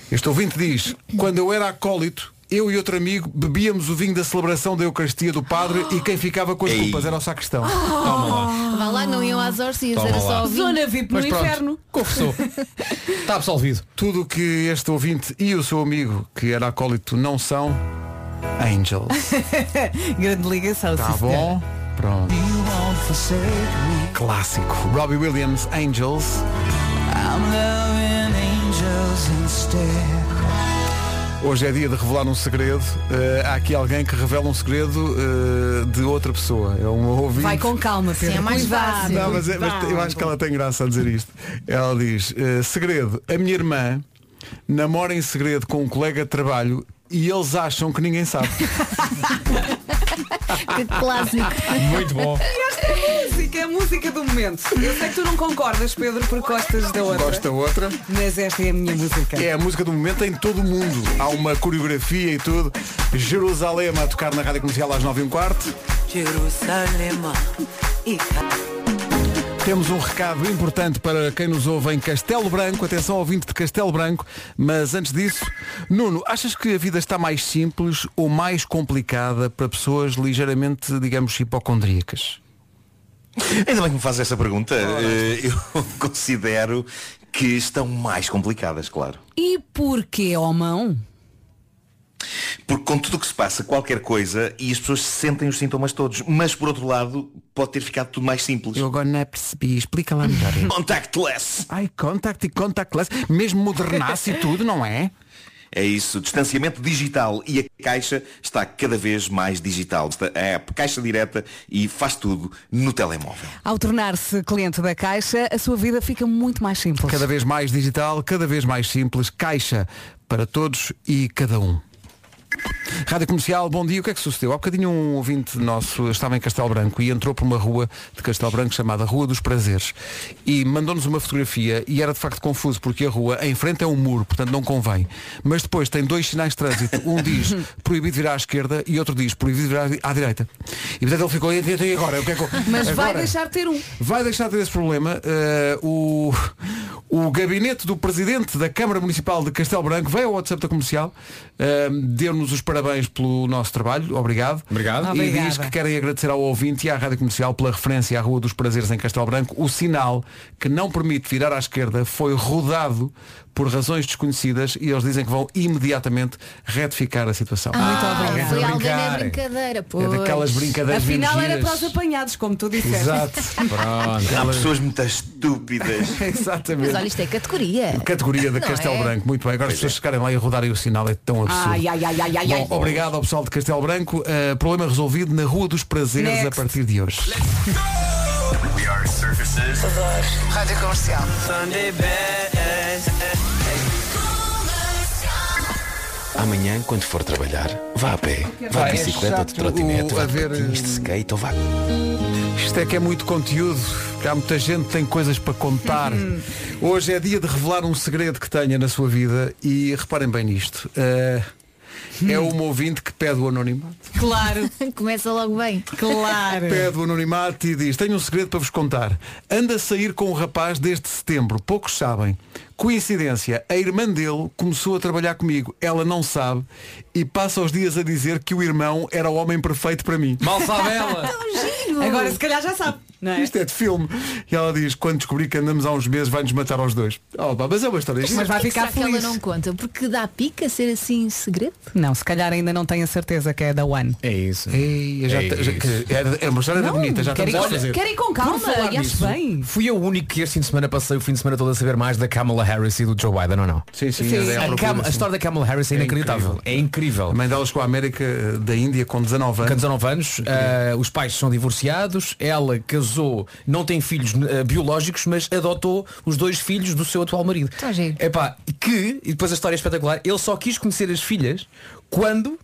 S2: Este ouvinte diz, quando eu era acólito, eu e outro amigo bebíamos o vinho da celebração da Eucaristia do Padre e quem ficava com as culpas era o sacristão.
S5: Vá lá, não iam às orcias,
S2: Toma
S5: era
S2: lá.
S5: só ouvir.
S4: Zona VIP
S2: Mas pronto, Confessou. Está absolvido. Tudo o que este ouvinte e o seu amigo, que era acólito, não são, angels.
S4: Grande ligação,
S2: Tá
S4: sim,
S2: bom?
S4: senhora.
S2: Pronto. Clássico. Robbie Williams, Angels. Hoje é dia de revelar um segredo. Eh, há aqui alguém que revela um segredo eh, de outra pessoa. É um ouvinte.
S4: Vai com calma, Pedro.
S5: Sim, é mais
S4: Cuidado.
S5: fácil.
S2: Não, mas, é- mas eu acho que ela tem graça a dizer isto. Ela diz, eh, segredo, a minha irmã namora em segredo com um colega de trabalho e eles acham que ninguém sabe.
S5: Que clássico.
S2: Muito bom.
S4: E Esta é a música, é a música do momento. Eu sei que tu não concordas, Pedro, porque gostas da outra.
S2: Gosta outra.
S4: Mas esta é a minha música.
S2: É a música do momento em todo o mundo. Há uma coreografia e tudo. Jerusalém a tocar na rádio comercial às 9 e um quarto.
S1: Jerusalema e
S2: Temos um recado importante para quem nos ouve em Castelo Branco. Atenção ao ouvinte de Castelo Branco. Mas antes disso, Nuno, achas que a vida está mais simples ou mais complicada para pessoas ligeiramente, digamos, hipocondríacas?
S11: Ainda bem que me fazes essa pergunta. Eh, eu considero que estão mais complicadas, claro.
S4: E porquê, homão?
S11: Porque com tudo o que se passa, qualquer coisa, e as pessoas sentem os sintomas todos. Mas por outro lado, pode ter ficado tudo mais simples.
S2: Eu agora não percebi. Explica lá melhor.
S11: Contactless.
S2: Ai, contact e contactless. Mesmo modernasse e tudo, não é?
S11: É isso, distanciamento digital e a Caixa está cada vez mais digital. Está A app Caixa Direta e faz tudo no telemóvel.
S4: Ao tornar-se cliente da Caixa, a sua vida fica muito mais simples.
S2: Cada vez mais digital, cada vez mais simples. Caixa para todos e cada um. Rádio Comercial, bom dia. O que é que sucedeu? Há bocadinho um ouvinte nosso estava em Castelo Branco e entrou por uma rua de Castelo Branco chamada Rua dos Prazeres e mandou-nos uma fotografia e era de facto confuso porque a rua em frente é um muro, portanto não convém. Mas depois tem dois sinais de trânsito. Um diz proibido virar à esquerda e outro diz proibido virar à direita. E portanto ele ficou, e agora? O que é que eu-
S4: Mas vai
S2: agora?"
S4: deixar de ter um.
S2: Vai deixar de ter esse problema. Eh, o, o gabinete do presidente da Câmara Municipal de Castelo Branco veio ao WhatsApp da comercial, eh, deu-nos os parabéns pelo nosso trabalho. Obrigado.
S7: Obrigado.
S2: E
S7: Obrigada.
S2: diz que querem agradecer ao ouvinte e à Rádio Comercial pela referência à Rua dos Prazeres em Castelo Branco. O sinal que não permite virar à esquerda foi rodado por razões desconhecidas e eles dizem que vão imediatamente retificar a situação.
S5: Ah, Foi alguém na
S2: Brincar.
S5: brincadeira, pô.
S2: É daquelas brincadeiras
S4: Afinal
S2: mesmo
S4: era para
S2: giras.
S4: os apanhados, como tu disseste.
S2: Exato.
S11: Há pessoas muito estúpidas.
S2: Exatamente.
S5: Mas olha, isto é categoria.
S2: Categoria da
S5: Não
S2: Castelo
S5: é?
S2: Branco, muito bem. Agora as pessoas chegarem lá e rodarem o sinal é tão absurdo.
S4: Ai, ai, ai, ai, ai, ai.
S2: Bom, obrigado ao pessoal de Castelo Branco. Uh, problema resolvido na Rua dos Prazeres
S4: Next.
S2: a partir de hoje.
S15: We are surfaces. Observador. Rádio Comercial.
S16: Amanhã, quando for trabalhar, vá a pé, vá
S2: Vai,
S16: de
S2: é
S16: bicicleta ou de
S2: chato
S16: trotinete,
S2: o-
S16: vá
S2: a
S16: de
S2: ver,
S16: patins, de skate ou vá.
S2: Isto é que é muito conteúdo, porque há muita gente que tem coisas para contar.
S4: Uhum.
S2: Hoje é dia de revelar um segredo que tenha na sua vida e reparem bem nisto. eh, é
S4: Hum.
S2: uma ouvinte que pede o anonimato.
S5: Claro. Começa logo bem.
S4: É.
S2: Pede o anonimato e diz, tenho um segredo para vos contar. Anda a sair com um rapaz desde setembro, poucos sabem. Coincidência, a irmã dele começou a trabalhar comigo. Ela não sabe e passa os dias a dizer que o irmão era o homem perfeito para mim.
S7: Mal sabe ela.
S5: Então, é um
S4: Agora se calhar já sabe, não é?
S2: Isto é de filme. E ela diz, quando descobri que andamos há uns meses, vai-nos matar aos dois. Oh, pá, mas é uma história. gira.
S5: porquê que será que ela não conta? Porque dá pica ser assim segredo?
S4: Não, se calhar ainda não tenho a certeza que é da One.
S7: É isso.
S2: eu
S7: É
S2: já te- já- que- era- é uma história da bonita, já estamos a fazer.
S4: quero ir com calma,
S7: Por falar
S4: e acho
S7: nisso,
S4: bem.
S7: Fui eu o único que este fim de semana passei o fim de semana todo a saber mais da Kamala Harris e do Joe Biden, ou não?
S2: Sim, é sim,
S4: Sim.
S16: é
S2: andei à
S7: A,
S2: procura,
S7: Cam- a
S2: sim.
S7: história da Kamala Harris é,
S2: É
S7: inacreditável.
S2: incrível.
S7: É incrível.
S2: A mãe dela chegou à América eh, da Índia com 19 anos.
S7: Com 19 anos, ah, os pais são divorciados, ela casou, não tem filhos ah, biológicos, mas adotou os dois filhos do seu atual marido.
S4: Tá
S7: É pá, que, e depois a história é espetacular, ele só quis conhecer as filhas quando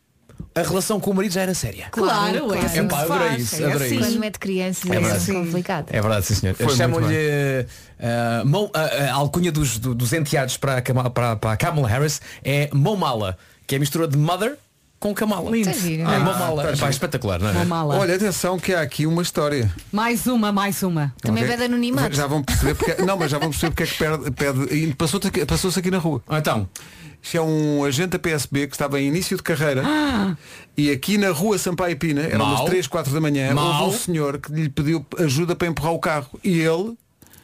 S7: a relação com o marido já era séria.
S5: Claro, é assim
S7: Epá,
S5: que se
S7: adorei
S5: faz.
S7: isso,
S5: É
S7: adorei
S5: assim.
S7: isso.
S5: Quando é de crianças
S7: É
S5: é,
S7: verdade.
S5: assim complicado.
S7: É verdade, sim senhor.
S2: Foi muito
S7: Chamam-lhe eh, Mo- a- a alcunha dos, do- dos enteados para a, Kamala, para, para a Kamala Harris é Momala, que é a mistura de Mother com Kamala.
S4: Lindo. Tá
S7: É
S4: giro. Ah,
S7: Momala.
S2: tá
S7: Epá,
S2: giro.
S7: é espetacular, não é?
S4: Momala.
S2: Olha, atenção que há aqui uma história.
S4: Mais uma, mais uma.
S2: Ok?
S5: é
S2: Já vão perceber porque não, mas já vão perceber porque é que perde, pede- e passou-te aqui- passou-se aqui, na rua.
S7: então.
S2: Isto é um agente da PSB que estava em início de carreira
S4: Ah.
S2: e aqui na rua Sampaio Pina, eram
S7: Mau.
S2: umas 3, 4 da manhã,
S7: Mau.
S2: houve um senhor que lhe pediu ajuda para empurrar o carro e ele,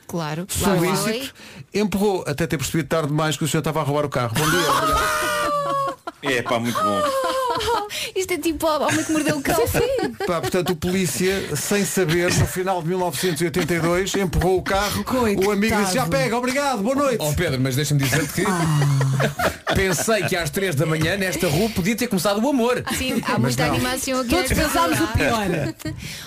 S5: Claro. Lá vai.
S2: solícito, empurrou, até ter percebido tarde demais que o senhor estava a roubar o carro. Bom dia, obrigado.
S11: É pá, muito bom.
S5: Isto é tipo o homem que mordeu o cão.
S2: Pá, portanto, o polícia, sem saber, no final de 1982, empurrou o carro, o amigo disse, já pega, obrigado, boa noite.
S7: Oh Pedro, mas deixa-me dizer-te que pensei que às 3 da manhã nesta rua podia ter começado o amor.
S5: Sim, há
S7: Mas
S5: muita
S7: não.
S5: animação aqui.
S7: Todos
S5: nesta
S7: pensámos o
S5: hora.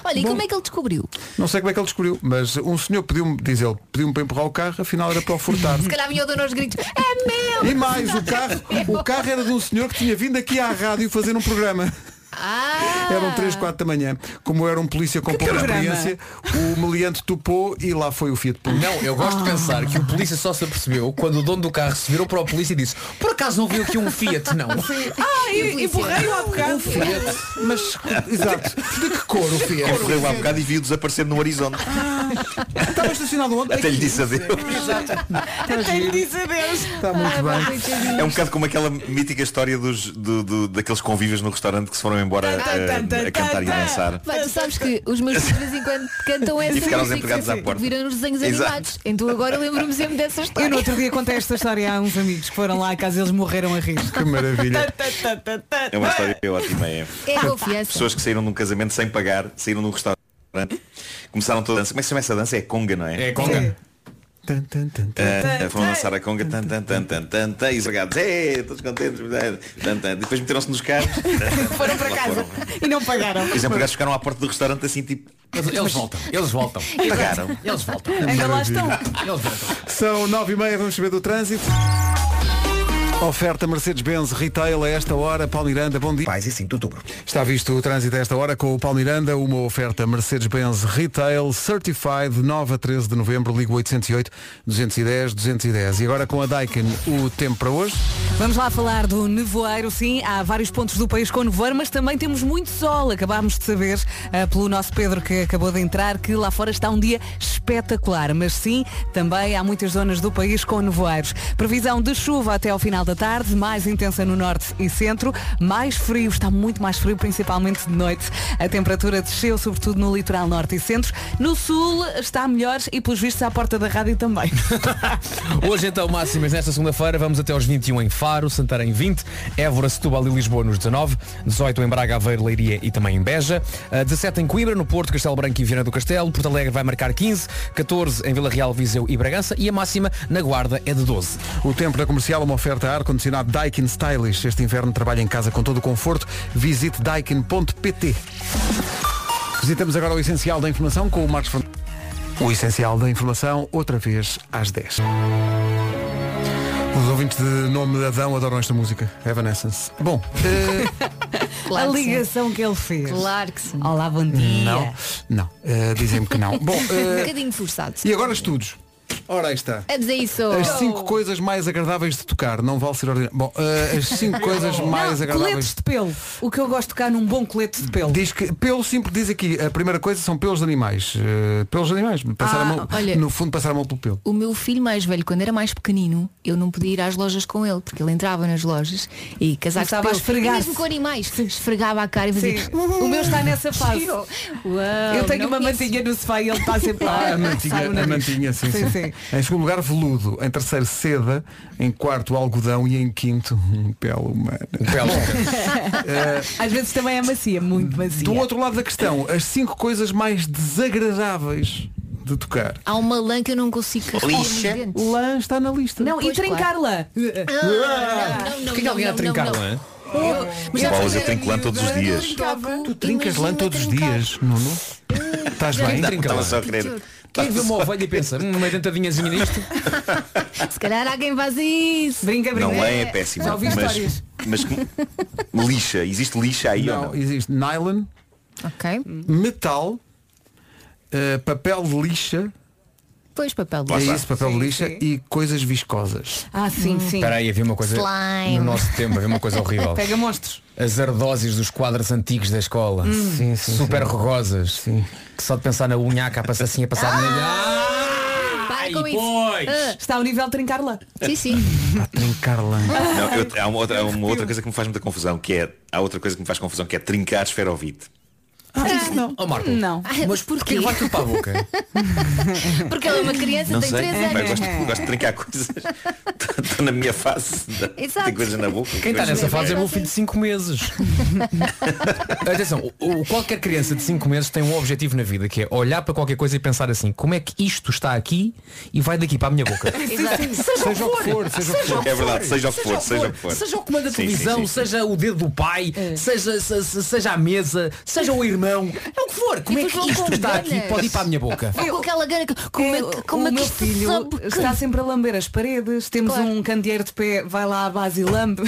S5: Olha, e como é que ele descobriu?
S2: Não sei como é que ele descobriu, mas um senhor pediu-me, diz ele, pediu-me para empurrar o carro, afinal era para o furtar.
S5: Se calhar vinha o dono aos gritos. É meu!
S2: E mais, o carro, o carro era de um senhor que tinha vindo aqui à rádio fazer um programa.
S5: Ah,
S2: Eram 3, 4 da manhã. Como eu era um polícia com pouca
S7: programa?
S2: experiência, o meliante topou e lá foi o Fiat Punto.
S7: Não, eu gosto de pensar que o polícia só se apercebeu quando o dono do carro se virou para o polícia e disse por acaso não viu aqui um Fiat, não?
S4: Ah, e, empurrei-o há bocado.
S2: Mas, exato, de que cor o Fiat?
S11: Eu correu lá um bocado e vi-o desaparecer no horizonte.
S2: Estava estacionado ontem.
S11: Até lhe disse adeus.
S4: Até lhe disse adeus.
S2: Está muito bem.
S11: É um bocado como aquela mítica história dos, do, do- daqueles convívios no restaurante que se foram embora eh, a cantar e a dançar.
S5: Mas tu sabes que os meus filhos de vez em quando cantam essa
S11: ficaram os
S5: música,
S11: empregados à porta.
S5: viram nos desenhos
S11: Exato.
S5: animados. Então agora lembro-me sempre dessa história.
S4: Eu no outro dia contei esta história a uns amigos que foram lá a casa eles morreram a rir.
S2: Que maravilha.
S11: É uma história ótima, é.
S5: É confiança.
S11: Pessoas que saíram de um casamento sem pagar, saíram de um restaurante, começaram toda a dança. Como é que se chama essa dança? É conga, não é? É
S7: conga.
S11: Ah, foram lançar a conga tan, tan, tan, tan, tan, tan, e os regados, "Eh, todos contentes tan, tan." depois meteram-se nos carros
S4: Foram para
S11: Lá
S4: casa e não pagaram.
S11: os empregados ficaram à porta do restaurante assim tipo
S7: eles voltam eles voltam
S11: pagaram
S7: eles voltam
S4: Ainda lá estão.
S2: São 9 e meia, vamos saber do trânsito. Oferta Mercedes-Benz Retail a esta hora. Paulo Miranda, bom dia.
S3: Mais e 5 de outubro.
S2: Está visto o trânsito a esta hora com o Paulo Miranda, uma oferta Mercedes-Benz Retail Certified, 9 a 13 de novembro, ligo 808 210 210. E agora com a Daikin, o tempo para hoje.
S4: Vamos lá falar do nevoeiro, sim, há vários pontos do país com nevoeiro, mas também temos muito sol. Acabámos de saber eh, pelo nosso Pedro que acabou de entrar que lá fora está um dia espetacular, mas sim, também há muitas zonas do país com nevoeiros. Previsão de chuva até ao final da tarde, mais intensa no norte e centro, mais frio, está muito mais frio, principalmente de noite. A temperatura desceu, sobretudo no litoral norte e centro. No sul está melhor e, pelos vistos, à porta da rádio também.
S7: Hoje então máximas nesta segunda-feira vamos até aos 21 em Faro, Santarém 20, Évora, Setúbal e Lisboa nos 19, 18 em Braga, Aveiro, Leiria e também em Beja, eh, 17 em Coimbra, no Porto, Castelo Branco e Viana do Castelo, Porto Alegre vai marcar 15, 14 em Vila Real, Viseu e Bragança e a máxima na Guarda é de 12.
S2: O tempo na comercial, uma oferta a ar-condicionado Daikin Stylish. Este inverno trabalha em casa com todo o conforto. Visite daikin.pt. Visitamos agora o essencial da informação com o Marcos Fernandes. O essencial da informação, outra vez às 10. Os ouvintes de nome de Adão adoram esta música, Evanescence. Bom, eh,
S4: a ligação que ele fez. Claro que sim. Olá, bom dia.
S2: não, não, eh, dizem-me que não. Bom,
S5: um
S2: eh,
S5: bocadinho forçado.
S2: e agora estudos. Ora, aí está.
S5: É dizer isso.
S2: As cinco coisas mais agradáveis de tocar, não vale ser ordinário. Bom, eh, as cinco coisas mais
S4: não, coletes
S2: agradáveis.
S4: de pelo. O que eu gosto de cá num bom colete de pelo.
S2: Diz que pelo simples diz aqui, a primeira coisa são pelos de animais. Eh, pelos de animais. Passar a
S5: Ah,
S2: mão,
S5: olha.
S2: no fundo passar a mão pelo pelo.
S5: O meu filho mais velho, quando era mais pequenino, eu não podia ir às lojas com ele, porque ele entrava nas lojas e casacos de
S4: Começava a
S5: pelo,
S4: esfregar-se.
S5: mesmo com animais, esfregava a cara e fazia... um
S4: Sim. O meu está nessa fase. eu tenho uma mantinha no sofá e ele está sempre
S2: Ah,
S4: lá.
S2: a
S4: Sabe o
S2: mantinha, a
S4: nariz.
S2: mantinha sim, sim, Em segundo lugar, veludo. Em terceiro, seda. Em quarto, algodão. E em quinto, um pelo humano.
S4: Às vezes também é macia, muito macia.
S2: Do outro lado da questão, as cinco coisas mais desagradáveis de tocar.
S5: Há uma lã que eu não consigo carregar
S2: Lixa.
S5: nos dentes.
S2: Lã está na lista.
S4: Não, e
S5: Pois,
S4: trincar lã.
S5: Ah, não, não,
S2: Porquê que
S5: não,
S2: alguém
S5: não,
S2: a trincar
S7: é?
S5: não, não.
S2: lã?
S5: Eu- mas já
S11: Paulo,
S5: percebi-
S11: eu trinco lã todos os dias.
S2: Tu trincas lã todos os dias, Nuno? Estás bem?
S7: Não, estava só a
S11: querer.
S7: Quem vê uma ovelha e pensa, "Hum, uma dentadinhazinha nisto?
S5: Se calhar alguém faz isso.
S4: Brinca,
S11: Não, lã é péssimo.
S5: Já ouvi histórias.
S11: Mas, mas que- lixa, existe lixa aí ou
S2: Não,
S11: não?
S2: existe nylon,
S5: Ok.
S2: metal, eh, papel de lixa.
S5: Pois papel de
S2: É
S5: lixo.
S2: isso, papel de lixa e coisas viscosas.
S4: Ah, sim, sim.
S7: Espera aí, havia uma coisa
S5: Slime.
S7: no nosso tempo, havia uma coisa horrível.
S4: Pega monstros.
S7: As ardoses dos quadros antigos da escola,
S4: Hum.
S2: Sim, sim,
S7: super
S2: sim.
S7: rugosas, que só de pensar na unhaca a passar assim a passar ah!
S4: Para
S7: com isso. pois.
S4: Ah, está ao nível de trincar lã.
S5: Sim, sim.
S2: Trincar lã.
S11: Não, eu- há, uma outra, há uma outra coisa que me faz muita confusão, que é. Há outra coisa que me faz confusão, que é trincar esferovite.
S4: isso não.
S7: Oh, Marco.
S4: Não.
S7: Mas porquê? Vai tudo para a boca.
S5: Porque ela é uma criança,
S11: Não
S5: tem
S11: sei,
S5: 3 anos.
S11: mas
S7: É.
S11: gosto, gosto de trincar coisas. Estou na minha fase.
S5: Exato.
S11: Tem coisas na boca.
S7: Quem está
S11: coisas-
S7: nessa fase é o meu filho de 5 meses. Atenção, o- o- qualquer criança de 5 meses tem um objetivo na vida, que é olhar para qualquer coisa e pensar assim, como é que isto está aqui e vai daqui para a minha boca.
S2: Seja o que for, seja o que for.
S11: É verdade, seja o que for, seja o que for.
S7: Seja o comando da
S11: Sim, sim,
S7: televisão,
S11: sim, sim.
S7: seja o dedo do pai, seja, se- se- seja a mesa, seja o irmão, é o que for. Como é
S5: depois
S7: que
S5: vão
S7: isto
S5: com
S7: está aqui
S5: ganas.
S7: pode ir para a minha boca?
S5: Ou com aquela gana que. Como é que, como
S4: o
S5: é que
S4: meu
S5: isto
S4: filho
S5: sabe que-
S4: está sempre a lamber as paredes. Temos um candeeiro de pé, vai lá à base e lambe.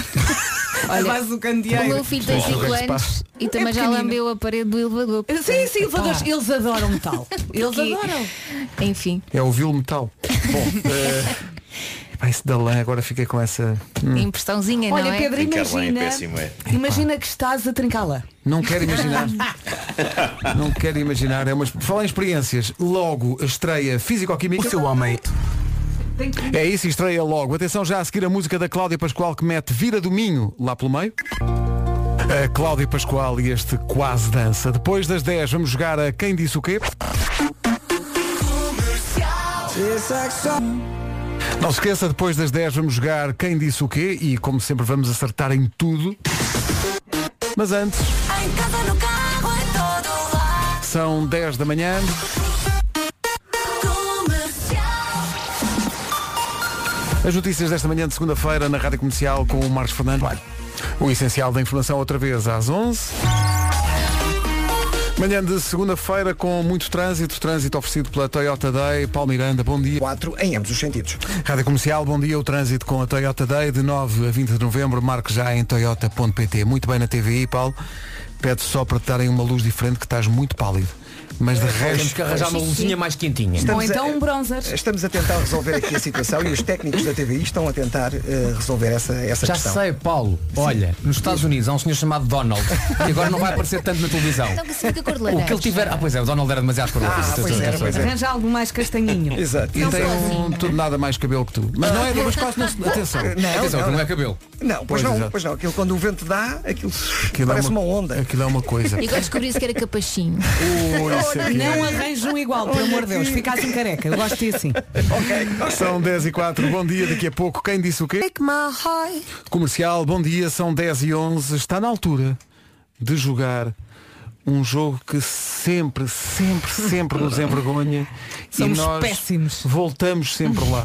S4: Olha, a base do candeeiro.
S5: O meu filho tem
S4: Bom,
S5: 5
S4: o que é que se
S5: anos
S4: passa?
S5: e
S4: É
S5: também já
S4: pequenino.
S5: lambeu a parede do elevador. Tá.
S4: Sim, sim, elevadores, eles adoram metal. Eles
S5: Que-
S4: adoram.
S5: Enfim,
S2: É o vil metal. Bom, eh, epá, esse da lã agora fiquei com essa. Hum,
S5: impressãozinha,
S4: Olha,
S5: não é?
S4: Pedro,
S11: Trincar lã é
S4: imagina.
S11: péssimo, é.
S4: Imagina que estás a trincá-la.
S2: não quero imaginar. não quero imaginar. É uma... Fala em experiências. Logo estreia Físico-Química. O seu homem. É isso, estreia logo. Atenção já a seguir a música da Cláudia Pascoal que mete Vira do Minho lá pelo meio. A Cláudia Pascoal e este quase dança. Depois das 10 vamos jogar a Quem Disse o Quê? Não se esqueça, depois das 10 vamos jogar Quem Disse o Quê e como sempre vamos acertar em tudo. Mas antes,
S1: Em casa, no carro, em todo lado.
S2: são 10 da manhã. As notícias desta manhã de segunda-feira na Rádio Comercial com o Marcos Fernandes. O essencial da informação outra vez às 11. Manhã de segunda-feira com muito trânsito, trânsito oferecido pela Toyota Day. Paulo Miranda, bom dia.
S3: 4 em ambos os sentidos.
S2: Rádio Comercial, bom dia. O trânsito com a Toyota Day de 9 a 20 de novembro. Marque já em toyota.pt. Muito bem na TVI, Paulo. Pede só para te darem uma luz diferente que estás muito pálido. Mas de
S7: Temos
S2: resto...
S7: que arranjar uma
S3: Sim,
S7: luzinha
S3: sim.
S7: mais quentinha.
S4: Ou
S3: Estamos a-
S4: então um bronzer.
S3: Estamos a tentar resolver aqui a situação e os técnicos da TVI estão a tentar eh, resolver essa, essa
S7: Já
S3: questão.
S7: sei, Paulo. Olha, nos Estados Unidos há um senhor chamado Donald e agora não vai aparecer tanto na televisão.
S5: Então que se fica cor de
S7: O que ele
S5: laranja.
S7: tiver. Ah, pois é, o Donald era demasiado cor de laranja.
S3: Ah, pois era, pois
S4: Arranja algo mais castanhinho.
S3: Exato.
S2: E tem um, tudo nada mais cabelo que tu. Mas não é, mas quase não se... Atenção.
S7: Atenção, que não é cabelo.
S3: Não, pois,
S2: Pois,
S3: não,
S2: exato.
S3: pois não. Aquilo quando o vento dá, aquilo,
S2: Aquilo é
S3: parece uma... onda.
S2: Aquilo é uma coisa.
S5: E agora descobri-se que era capachinho.
S2: Ui, isso é que é.
S4: Não arranje um igual, pelo amor de Deus. Fica assim careca. Eu gosto de ir assim.
S2: São 10 e 4, bom dia, daqui a pouco quem disse o quê? Comercial, bom dia, são 10 e 11 Está na altura de jogar um jogo que sempre, sempre, sempre nos envergonha
S4: Somos
S2: e nós
S4: péssimos.
S2: voltamos sempre lá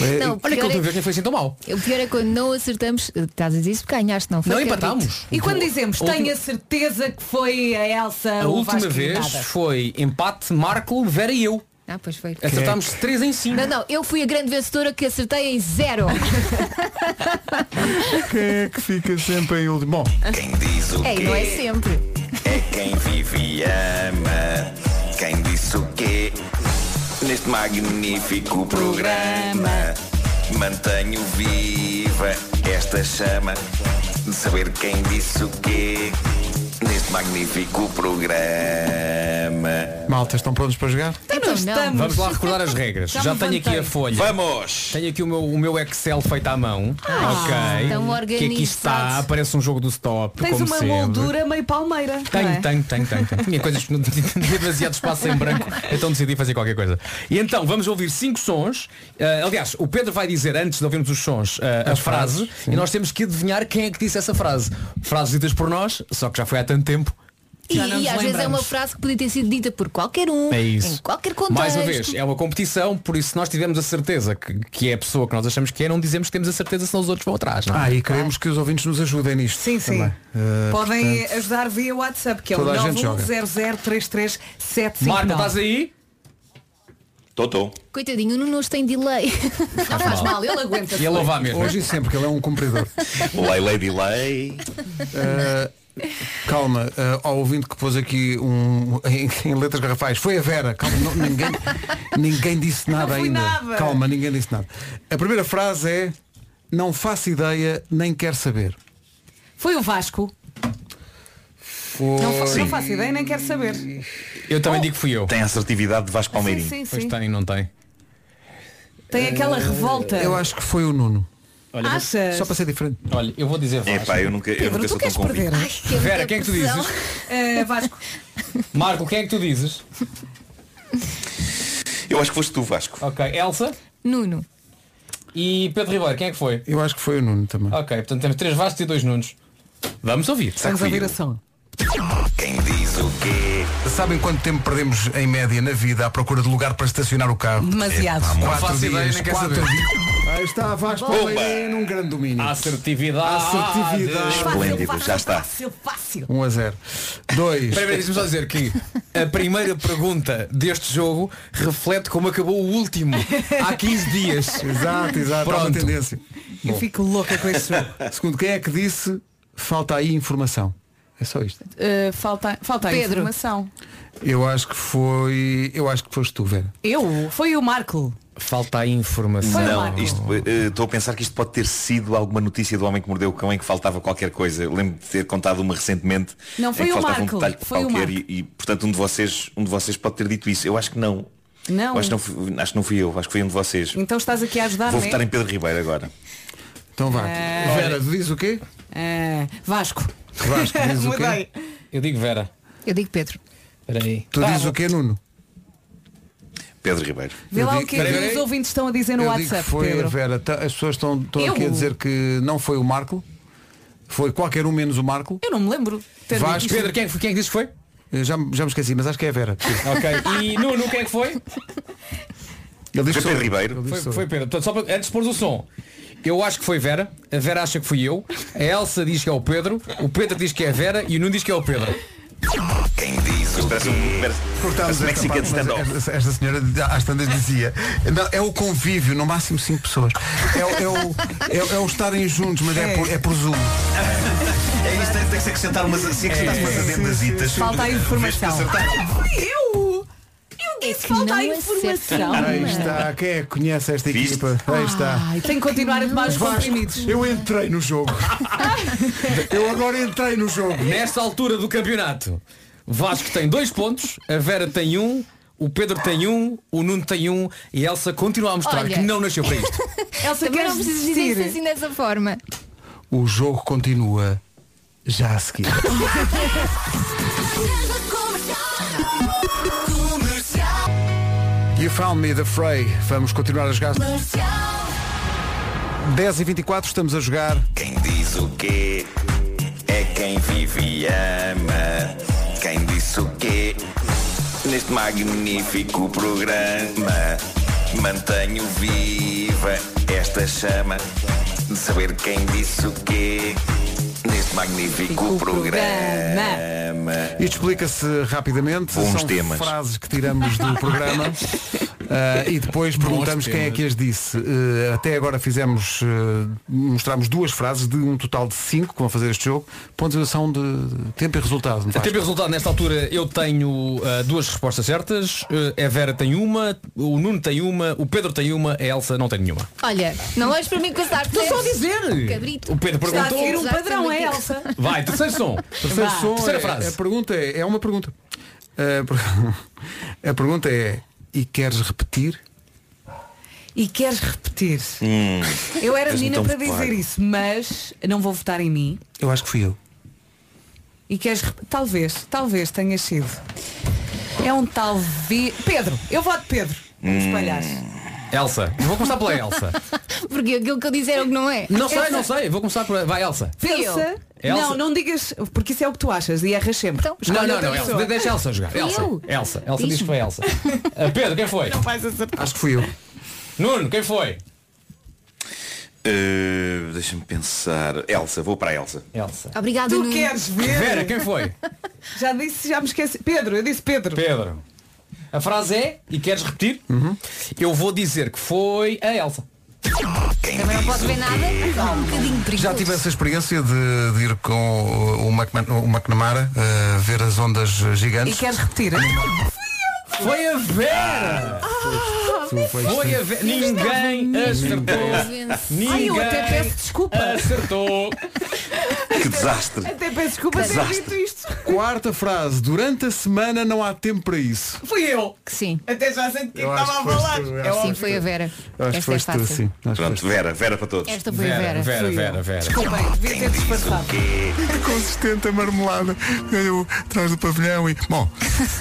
S2: É,
S5: Não,
S7: Olha que a
S5: pior
S7: última
S5: é,
S7: vez nem foi assim tão mal.
S5: o pior é quando não acertamos. Estás a dizer isso porque ganhaste, não foi? é
S7: Não
S5: Carlito?
S7: empatámos.
S4: E quando dizemos,
S7: A última-
S4: tenho a certeza que foi a Elsa
S7: A
S4: ou o
S7: última
S4: Vasco e
S7: vez
S4: nada.
S7: foi é? empate Marco, Vera e eu.
S11: é
S5: Ah, pois foi.
S17: Acertámos 3 em 5.
S5: Não, não, eu fui a grande vencedora que acertei em zero.
S2: Quem é que fica sempre em último? Bom,
S5: Quem diz
S11: o
S5: É, não é
S11: quê?
S5: sempre.
S11: É quem vive e ama. Quem disse o quê? Neste magnífico programa, mantenho viva esta chama de saber quem disse o quê. Neste magnífico programa.
S2: malta, estão prontos para jogar?
S4: Tá.
S7: Então
S5: Então
S7: Estamos. Vamos lá recordar as regras.
S5: Já
S7: Já,
S5: me
S7: tenho aqui
S5: levantei.
S7: a folha. Vamos! Tenho aqui o meu, o meu Excel feito à mão.
S4: Ah,
S7: ok.
S4: tão
S7: que aqui está,
S4: organizado.
S7: aparece um jogo do stop.
S4: Tens
S7: como
S4: uma
S7: sempre.
S4: moldura meio palmeira.
S7: Tenho,
S4: não é?
S7: tenho, tenho, tenho, tenho. Tinha coisas que não tinha demasiado espaço em branco, então decidi fazer qualquer coisa. E então vamos ouvir cinco sons. Ah, aliás, o Pedro vai dizer antes de ouvirmos os sons ah, a
S17: As frases,
S7: frase
S17: sim.
S7: e nós temos que adivinhar quem é que disse essa frase. Frases ditas por nós, só que já foi há tanto tempo.
S5: E,
S7: Já não nos
S5: às vezes é uma
S7: lembramos.
S5: frase que podia ter sido dita por qualquer um,
S7: É
S5: em
S7: isso.
S5: qualquer contexto.
S7: Mais uma vez, é uma competição, por isso se nós tivermos a certeza que, que é a pessoa que nós achamos que é, não dizemos que temos a certeza senão os outros vão atrás. Não? é?
S2: Ah, e queremos que os ouvintes nos ajudem nisto.
S4: Sim, sim.
S2: também. Ah,
S4: Podem
S2: portanto,
S4: ajudar via WhatsApp, que é o
S2: Toda a gente
S4: 910033759.
S7: Marta, estás aí?
S11: Totó.
S5: Coitadinho, o Nuno hoje tem delay. Não faz mal, ele aguenta.
S2: Hoje e sempre, que ele é um cumpridor.
S11: Lei, lei, delay.
S2: Ah, calma, ah, ao ouvinte que pôs aqui um, em, em letras garrafais, foi a Vera. Calma, não- ninguém, ninguém disse nada
S17: fui
S2: ainda.
S17: nada.
S2: Calma, ninguém disse nada. A primeira frase é não faço ideia, nem quero saber.
S4: Foi o Vasco.
S2: Foi...
S4: Não, fa- não faço ideia, nem quero saber.
S7: Eu também digo que fui eu.
S11: Tem assertividade de Vasco
S4: Palmeirinho. sim, sim.
S7: Pois tem, não tem.
S4: Tem aquela revolta.
S2: Eu acho que foi o Nuno.
S7: Olha,
S4: vou- Achas?
S2: Só para ser diferente.
S7: Olha, eu vou dizer Vasco.
S11: Epá, eu nunca, eu nunca sou tão convicto.
S7: Vera, quem é que tu dizes?
S4: Eh, Vasco.
S7: Marco, quem é que tu dizes?
S11: Eu acho que foste tu, Vasco.
S7: Ok, Elsa?
S5: Nuno.
S7: E Pedro Ribeiro, quem é que foi?
S2: Eu acho que foi o Nuno também.
S7: Ok, portanto temos três Vascos e dois Nunos. Vamos ouvir.
S2: Vamos ouvir a
S4: som.
S11: Quem diz o quê?
S2: Sabem quanto tempo perdemos em média na vida à procura de lugar para estacionar o carro?
S4: Demasiado.
S2: Epá,
S7: Não
S2: quatro
S7: faço
S2: dias,
S7: ideia, nem quero
S2: quatro
S7: saber.
S2: dias. Aí está Vasco
S7: Bomba!
S2: Palmeirinho num grande domínio.
S7: Assertividade.
S2: Assertividade.
S7: Esplêndido, já está.
S4: Fácil, fácil.
S2: 1 a 0. 2.
S7: Espera, espera, deixa-me só dizer que a primeira pergunta deste jogo reflete como acabou o último há 15 dias.
S2: Exato, exato. Há uma
S7: Pronto.
S2: tendência.
S4: Eu
S2: Bom.
S4: fico louca com esse jogo.
S2: Segundo, quem é que disse falta aí informação? É só isto.
S4: Eh, falta falta a
S5: Pedro.
S4: informação.
S2: Eu acho que foi. Eu acho que foste tu, Vera.
S4: Eu? Foi o Marco.
S7: Falta a informação.
S11: Não, isto, eh, estou a pensar que isto pode ter sido alguma notícia do homem que mordeu o cão em que faltava qualquer coisa. Eu Lembro de ter contado uma recentemente
S4: Não,
S11: em
S4: foi
S11: que
S4: o
S11: faltava
S4: Marco,
S11: um detalhe
S4: foi o
S11: qualquer
S4: Marco.
S11: e, e, portanto um de vocês, um de vocês pode ter dito isso. Eu acho que não.
S4: Não.
S11: Eu acho, que não fui, acho que não fui eu, acho que foi um de vocês.
S4: Então estás aqui a ajudar,
S11: Vou
S4: não é?
S11: votar em Pedro Ribeiro agora.
S2: Então vá.
S4: Eh,
S2: Vera, diz o quê?
S4: eh, Vasco.
S2: Vasco, diz o quê?
S7: Eu digo Vera.
S5: Eu digo Pedro.
S7: Peraí.
S2: Tu dizes o quê, Nuno?
S11: Pedro Ribeiro.
S4: Vê
S2: Eu
S4: lá o
S2: digo-
S4: que é
S2: Peraí,
S4: que os
S2: peraí.
S4: ouvintes estão a dizer no
S2: eu digo que
S4: WhatsApp,
S2: foi a
S4: Pedro.
S2: Vera. Tá- As pessoas estão, estão aqui
S4: Eu?
S2: a dizer que não foi o Marco. Foi qualquer um menos o Marco.
S4: Eu não me lembro. ter
S2: Vasco.
S4: dito
S7: Pedro, quem, é que- quem é que disse que foi?
S2: Eh, Já, me- já me esqueci, mas acho que é a Vera.
S7: Ok. E Nuno, quem é que foi?
S2: Ele diz
S11: Foi
S2: que sou
S11: Pedro
S2: eu.
S11: Ribeiro.
S2: Ele diz que
S7: Foi,
S2: sou eu.
S7: foi Pedro. Portanto, só para- antes de pôr o som. Eu acho que foi Vera, a Vera acha que fui eu, a Elsa diz que é o Pedro, o Pedro diz que é a Vera e o Nuno diz que é o Pedro.
S11: Quem diz o Parece um parece-
S2: Cortámos
S11: parece um
S2: esta
S11: Mexican
S2: parte, mas
S11: stand-off.
S2: esta, esta senhora às tantas dizia "Não, é o convívio, no máximo cinco pessoas é, o- é o, é, o- é o estarem juntos mas é, por, é por zoom
S11: É isto, tem que se acrescentar umas, se acrescentar
S2: É,
S11: umas adendasitas.
S4: Falta a informação.
S11: Vês para acertar.
S4: Eu!
S5: É
S4: Eu disse que falta a informação.
S2: aí está, quem é que conhece esta equipa? aí está
S4: Ai, Tenho que continuar a tomar os
S2: Vasco,
S4: comprimidos.
S2: eu entrei no jogo eu agora entrei no jogo
S7: Nesta altura do campeonato, Vasco tem dois pontos, a Vera tem um, o Pedro tem um, o Nuno tem um e a Elsa continua a mostrar
S5: Olha.
S7: que não nasceu para isto.
S4: Elsa,
S5: Também
S4: queres
S5: não preciso dizer
S4: desistir?
S5: isso assim dessa forma.
S2: o jogo continua já a seguir You found me the fray vamos continuar a jogar 10 e 24 estamos a
S11: é-
S2: jogar
S11: Quem diz o quê é quem vive e ama. Quem disse o quê neste magnífico programa. Mantenho viva esta chama de saber quem disse o quê neste Magnífico programa.
S2: Isto explica-se rapidamente.
S11: Bons
S2: São
S11: temas.
S2: frases que tiramos do programa ah, e depois perguntamos quem é que as disse. Eh, até agora fizemos, eh, mostramos duas frases de um total de cinco que vão fazer este jogo. Pontuação de É tempo e resultado. não
S7: A
S2: faz?
S7: tempo e resultado, nesta altura eu tenho ah, duas respostas certas, Ah, a Vera tem uma, o Nuno tem uma, o Pedro tem uma, a Elsa não tem nenhuma.
S5: Olha, não vais para mim passar.
S7: Estou só a dizer.
S5: Cabrito.
S7: O Pedro
S5: Está a
S7: perguntou.
S5: seguir um
S4: Padrão é Elsa.
S7: Vai, terceiro som.
S2: Terceiro som
S7: Terceira
S2: é-
S7: frase.
S2: A pergunta é, é uma pergunta. A, Eh, per- a pergunta é, e queres repetir?
S4: E queres repetir?
S2: Hum.
S4: Eu era menina para dizer isso, mas não vou votar em mim.
S2: então Eu acho que fui eu.
S4: E queres. rep- Talvez, talvez tenha sido. É um talvez. Pedro, eu voto Pedro. Vamos
S7: Hum.
S4: espalhar.
S7: Elsa, Eu vou começar pela Elsa.
S5: Porque aquilo que eu disseram que não é.
S7: Não sei,
S5: Elsa,
S7: não sei, vou começar por. Vai, Elsa.
S4: Pensa.
S7: Elsa.
S4: Não, não digas, porque isso é o que tu achas e erras sempre.
S5: Então,
S4: Escolhe
S7: Não, não,
S4: outra
S7: não, Elsa.
S4: pessoa.
S7: de- Deixa a Elsa jogar.
S4: Fui
S7: Elsa.
S4: eu.
S7: Elsa. Elsa
S4: Diz-me.
S7: diz que foi a Elsa. Ah, Pedro, quem foi?
S2: Acho que fui eu.
S7: Nuno, quem foi?
S11: Eh, Deixa-me pensar. Elsa, vou para a Elsa.
S7: Elsa.
S5: Obrigada,
S4: Tu
S5: Nuno.
S4: queres ver?
S7: Vera, quem foi?
S4: Já disse, já me esqueci. Pedro, eu disse Pedro.
S7: Pedro. A frase é, e queres repetir? Eu vou dizer que foi a Elsa.
S5: Também não posso ver nada. Está um bocadinho perigoso.
S2: Já tive essa experiência de, de ir com o, o Macman- o McNamara eh, ver as ondas
S4: E
S2: gigantes.
S4: queres repetir?
S7: Foi a Vera! Foi a Vera. Ninguém acertou.
S4: Ai, eu
S7: Ninguém
S4: até peço desculpa.
S7: acertou.
S11: Que desastre.
S4: Até peço desculpa
S2: Que
S4: ter
S2: desastre.
S4: dito isto.
S2: Quarta frase. Durante a semana não há tempo para isso.
S4: Fui eu.
S5: Que sim.
S4: Até já senti
S2: Eu acho que foste tu, eu acho
S5: Sim,
S2: que
S5: foi a Vera.
S2: Acho que
S5: Esta é
S2: foste tu,
S5: fácil.
S2: sim.
S11: Pronto, Vera, Vera para todos.
S5: Esta foi a Vera.
S7: Vera, Vera, Vera.
S4: Desculpem, devia ter disfarçado.
S2: É Consistente a marmelada. Ganhou atrás do pavilhão e. Bom.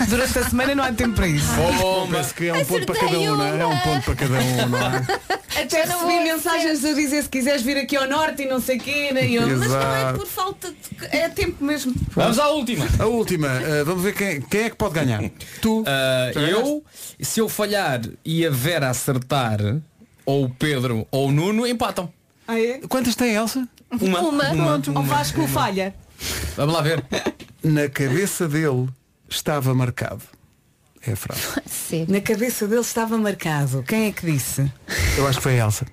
S4: Durante a semana não há tempo para isso.
S2: Bom, parece que é um ponto para cada um, não é? É um ponto para cada um, não é?
S4: Até recebi mensagens a dizer se quiseres vir aqui ao norte e não sei quê, né? E eu, mas não é
S2: Exato.
S4: por falta de. É tempo mesmo.
S7: Vamos à última.
S2: A última. eh, vamos ver quem, quem é que pode ganhar. Tu.
S7: Ah, eu, se eu falhar e a Vera acertar, ou o Pedro ou o Nuno, empatam.
S4: Ah, é?
S2: Quantas tem, Elsa?
S7: Uma.
S4: Uma.
S7: Uma.
S4: Ou Vasco falha.
S7: Vamos lá ver.
S2: Na cabeça dele estava marcado. É a frase.
S4: Na cabeça dele estava marcado. Quem é que disse?
S2: Eu acho que foi a Elsa.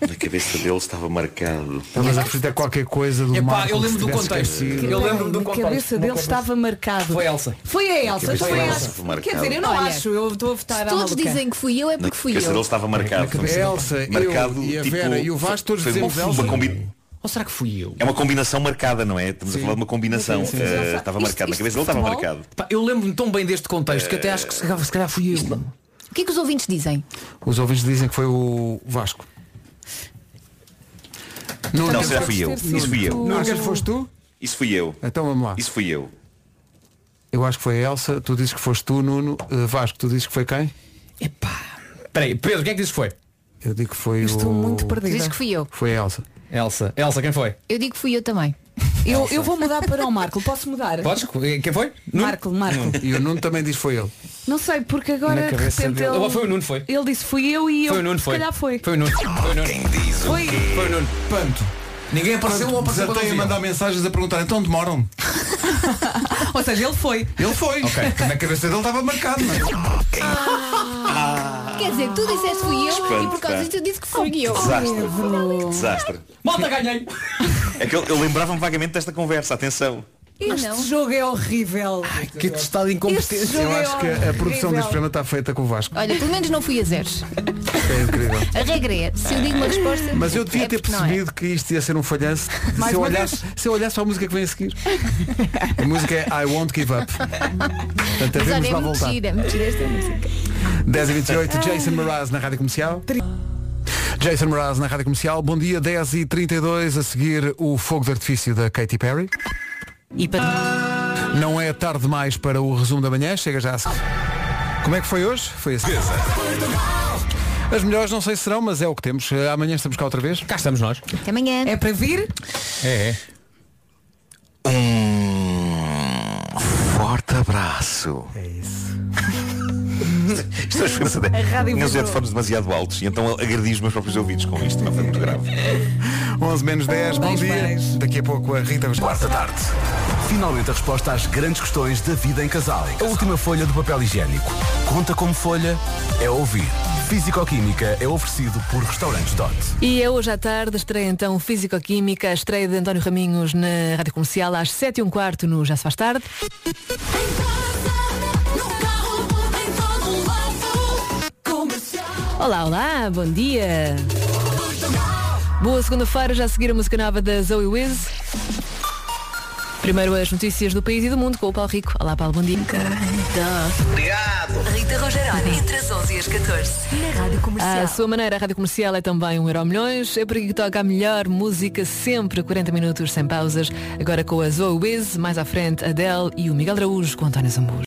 S11: Na cabeça dele estava marcado.
S2: Estavas a acreditar qualquer coisa do
S11: Epá,
S2: Marco
S11: eu lembro
S2: que
S11: do
S2: se tivesse
S11: contexto.
S2: esquecido.
S11: Eu lembro-me do
S4: Na
S11: contexto.
S4: cabeça dele estava marcado.
S7: Foi a Elsa.
S4: Foi a Elsa.
S11: cabeça
S4: Foi a
S11: dele
S4: Elsa.
S11: estava marcado.
S4: Quer dizer, eu não
S5: Olha,
S4: acho. Eu estou a votar
S5: Se
S4: à
S5: todos
S4: maluca.
S5: dizem que fui eu, é
S11: Na
S5: porque fui
S11: cabeça dele
S5: eu.
S11: estava marcado. tipo,
S2: A Elsa, eu e a Vera e o Vasco todos
S11: foi
S2: dizemos
S11: uma,
S2: Elsa.
S11: uma combi-
S7: Ou será que fui eu?
S11: É uma combinação marcada, não é? Estamos a falar de uma combinação.
S7: Sim, sim, sim.
S11: Eh,
S7: Elsa,
S11: estava
S7: isto-
S11: marcado. Na
S7: isto
S11: cabeça dele estava
S7: futebol?
S11: marcado.
S7: Pá, eu lembro-me tão bem deste contexto que até acho que se calhar, se calhar fui eu.
S5: O que é que os ouvintes dizem?
S2: Os ouvintes dizem que foi o Vasco. Nuno,
S11: Não, se calhar fui eu. Isso fui eu.
S2: Não achas que foste tu?
S11: Isso fui eu.
S2: Então vamos lá.
S11: Isso fui eu.
S2: Eu acho que foi a Elsa, tu dizes que foste tu, Nuno. Eh, Vasco, tu dizes que foi quem?
S7: Espera aí, Pedro, quem é que disse que foi?
S2: Eu digo que foi o.
S5: Diz que fui eu.
S2: Foi a Elsa.
S7: Elsa. Elsa, quem foi?
S5: Eu digo que fui eu também.
S4: Eu, eu vou mudar para o Marco. Posso mudar?
S7: Podes? Quem foi?
S4: Marco, Marco.
S2: E o Nuno também diz que foi ele.
S4: Não sei, porque agora
S2: Na
S4: de
S2: cabeça
S4: repente
S2: dele.
S4: ele.
S7: Foi o Nuno, foi.
S4: Ele disse fui eu e eu.
S7: Foi o Nuno,
S4: se
S7: foi.
S4: calhar foi.
S7: Foi o Nuno. Foi o Nuno. Quem diz
S4: Foi.
S7: Foi o Nuno.
S2: Panto.
S7: Ninguém apareceu ou apareceu quando
S2: Desatei a
S7: eu vi?
S2: mandar mensagens a perguntar, então demoram?
S4: Ou seja, ele foi.
S2: Ele foi. Na cabeça dele estava marcado, não é?
S5: Quer dizer, tu disseste fui eu e por
S11: Espanto,
S5: causa
S11: pá.
S5: disso eu disse que fui eu.
S11: Desastre.
S7: é
S11: Desastre.
S7: Malta, ganhei!
S11: É que eu, eu lembrava-me vagamente desta conversa, atenção.
S4: Este jogo é horrível.
S7: Que estado de
S4: Este
S7: incompetência.
S2: Eu
S4: jogo é
S2: acho que a produção
S4: horrível.
S2: deste programa está feita com o Vasco.
S5: Olha, pelo menos não fui a zeros.
S2: É incrível.
S5: A regra é, se eu digo uma resposta.
S2: Mas eu devia
S5: é
S2: ter
S5: porque não é.
S2: percebido que isto ia ser um falhanço
S4: Mais
S2: se eu,
S4: uma
S2: olhasse, se eu olhasse para a música que vem a seguir. A música é I Won't Give Up. Portanto,
S5: Mas olha,
S2: devemos
S5: é
S2: lá voltar.
S5: mentira, é mentira esta música.
S2: 10 e 28, Jason Mraz na Rádio Comercial. Jason Mraz na Rádio Comercial. Bom dia, 10 e 32 a seguir o Fogo de Artifício da Katy Perry.
S4: E para...
S2: Não é tarde demais para o resumo da manhã, chega já a seguir. Como é que foi hoje? Foi assim. As melhores não sei se serão, mas é o que temos. Eh, Amanhã estamos cá outra vez.
S7: Cá estamos nós.
S5: Até amanhã.
S4: É para vir?
S7: É, é.
S11: Um forte abraço.
S2: É isso.
S11: Isto é ofensa.
S2: rádio
S11: Meus
S2: vibrou.
S11: headphones demasiado altos e então agredi os meus próprios ouvidos com isto. Não foi muito grave.
S2: 11 menos 10, bom dia. Daqui a pouco a Rita
S8: Quarta tarde. Finalmente a resposta às grandes questões da vida em casal. A última folha do papel higiênico. Conta como folha? É ouvir. Físico-química é oferecido por Restaurantes Dot.
S18: E é hoje à tarde, estreia então Físico-Química, a estreia de António Raminhos na Rádio Comercial às 7 e um quarto no Já se faz tarde. Olá, olá, bom dia. Boa segunda-feira, já a seguir a música nova da Zoe Wiz. Primeiro as notícias do país e do mundo com o Paulo Rico. Olá, Paulo, bom dia.
S9: Obrigado.
S18: Rita Rogeroni, entre
S9: as 11 e as 14. Na Rádio
S18: À sua maneira, a Rádio Comercial é também um euro milhões. É por aqui que toca a melhor música sempre, 40 minutos sem pausas. Agora com a Zoe Wiz, mais à frente Adele e o Miguel Araújo com António Zambujo.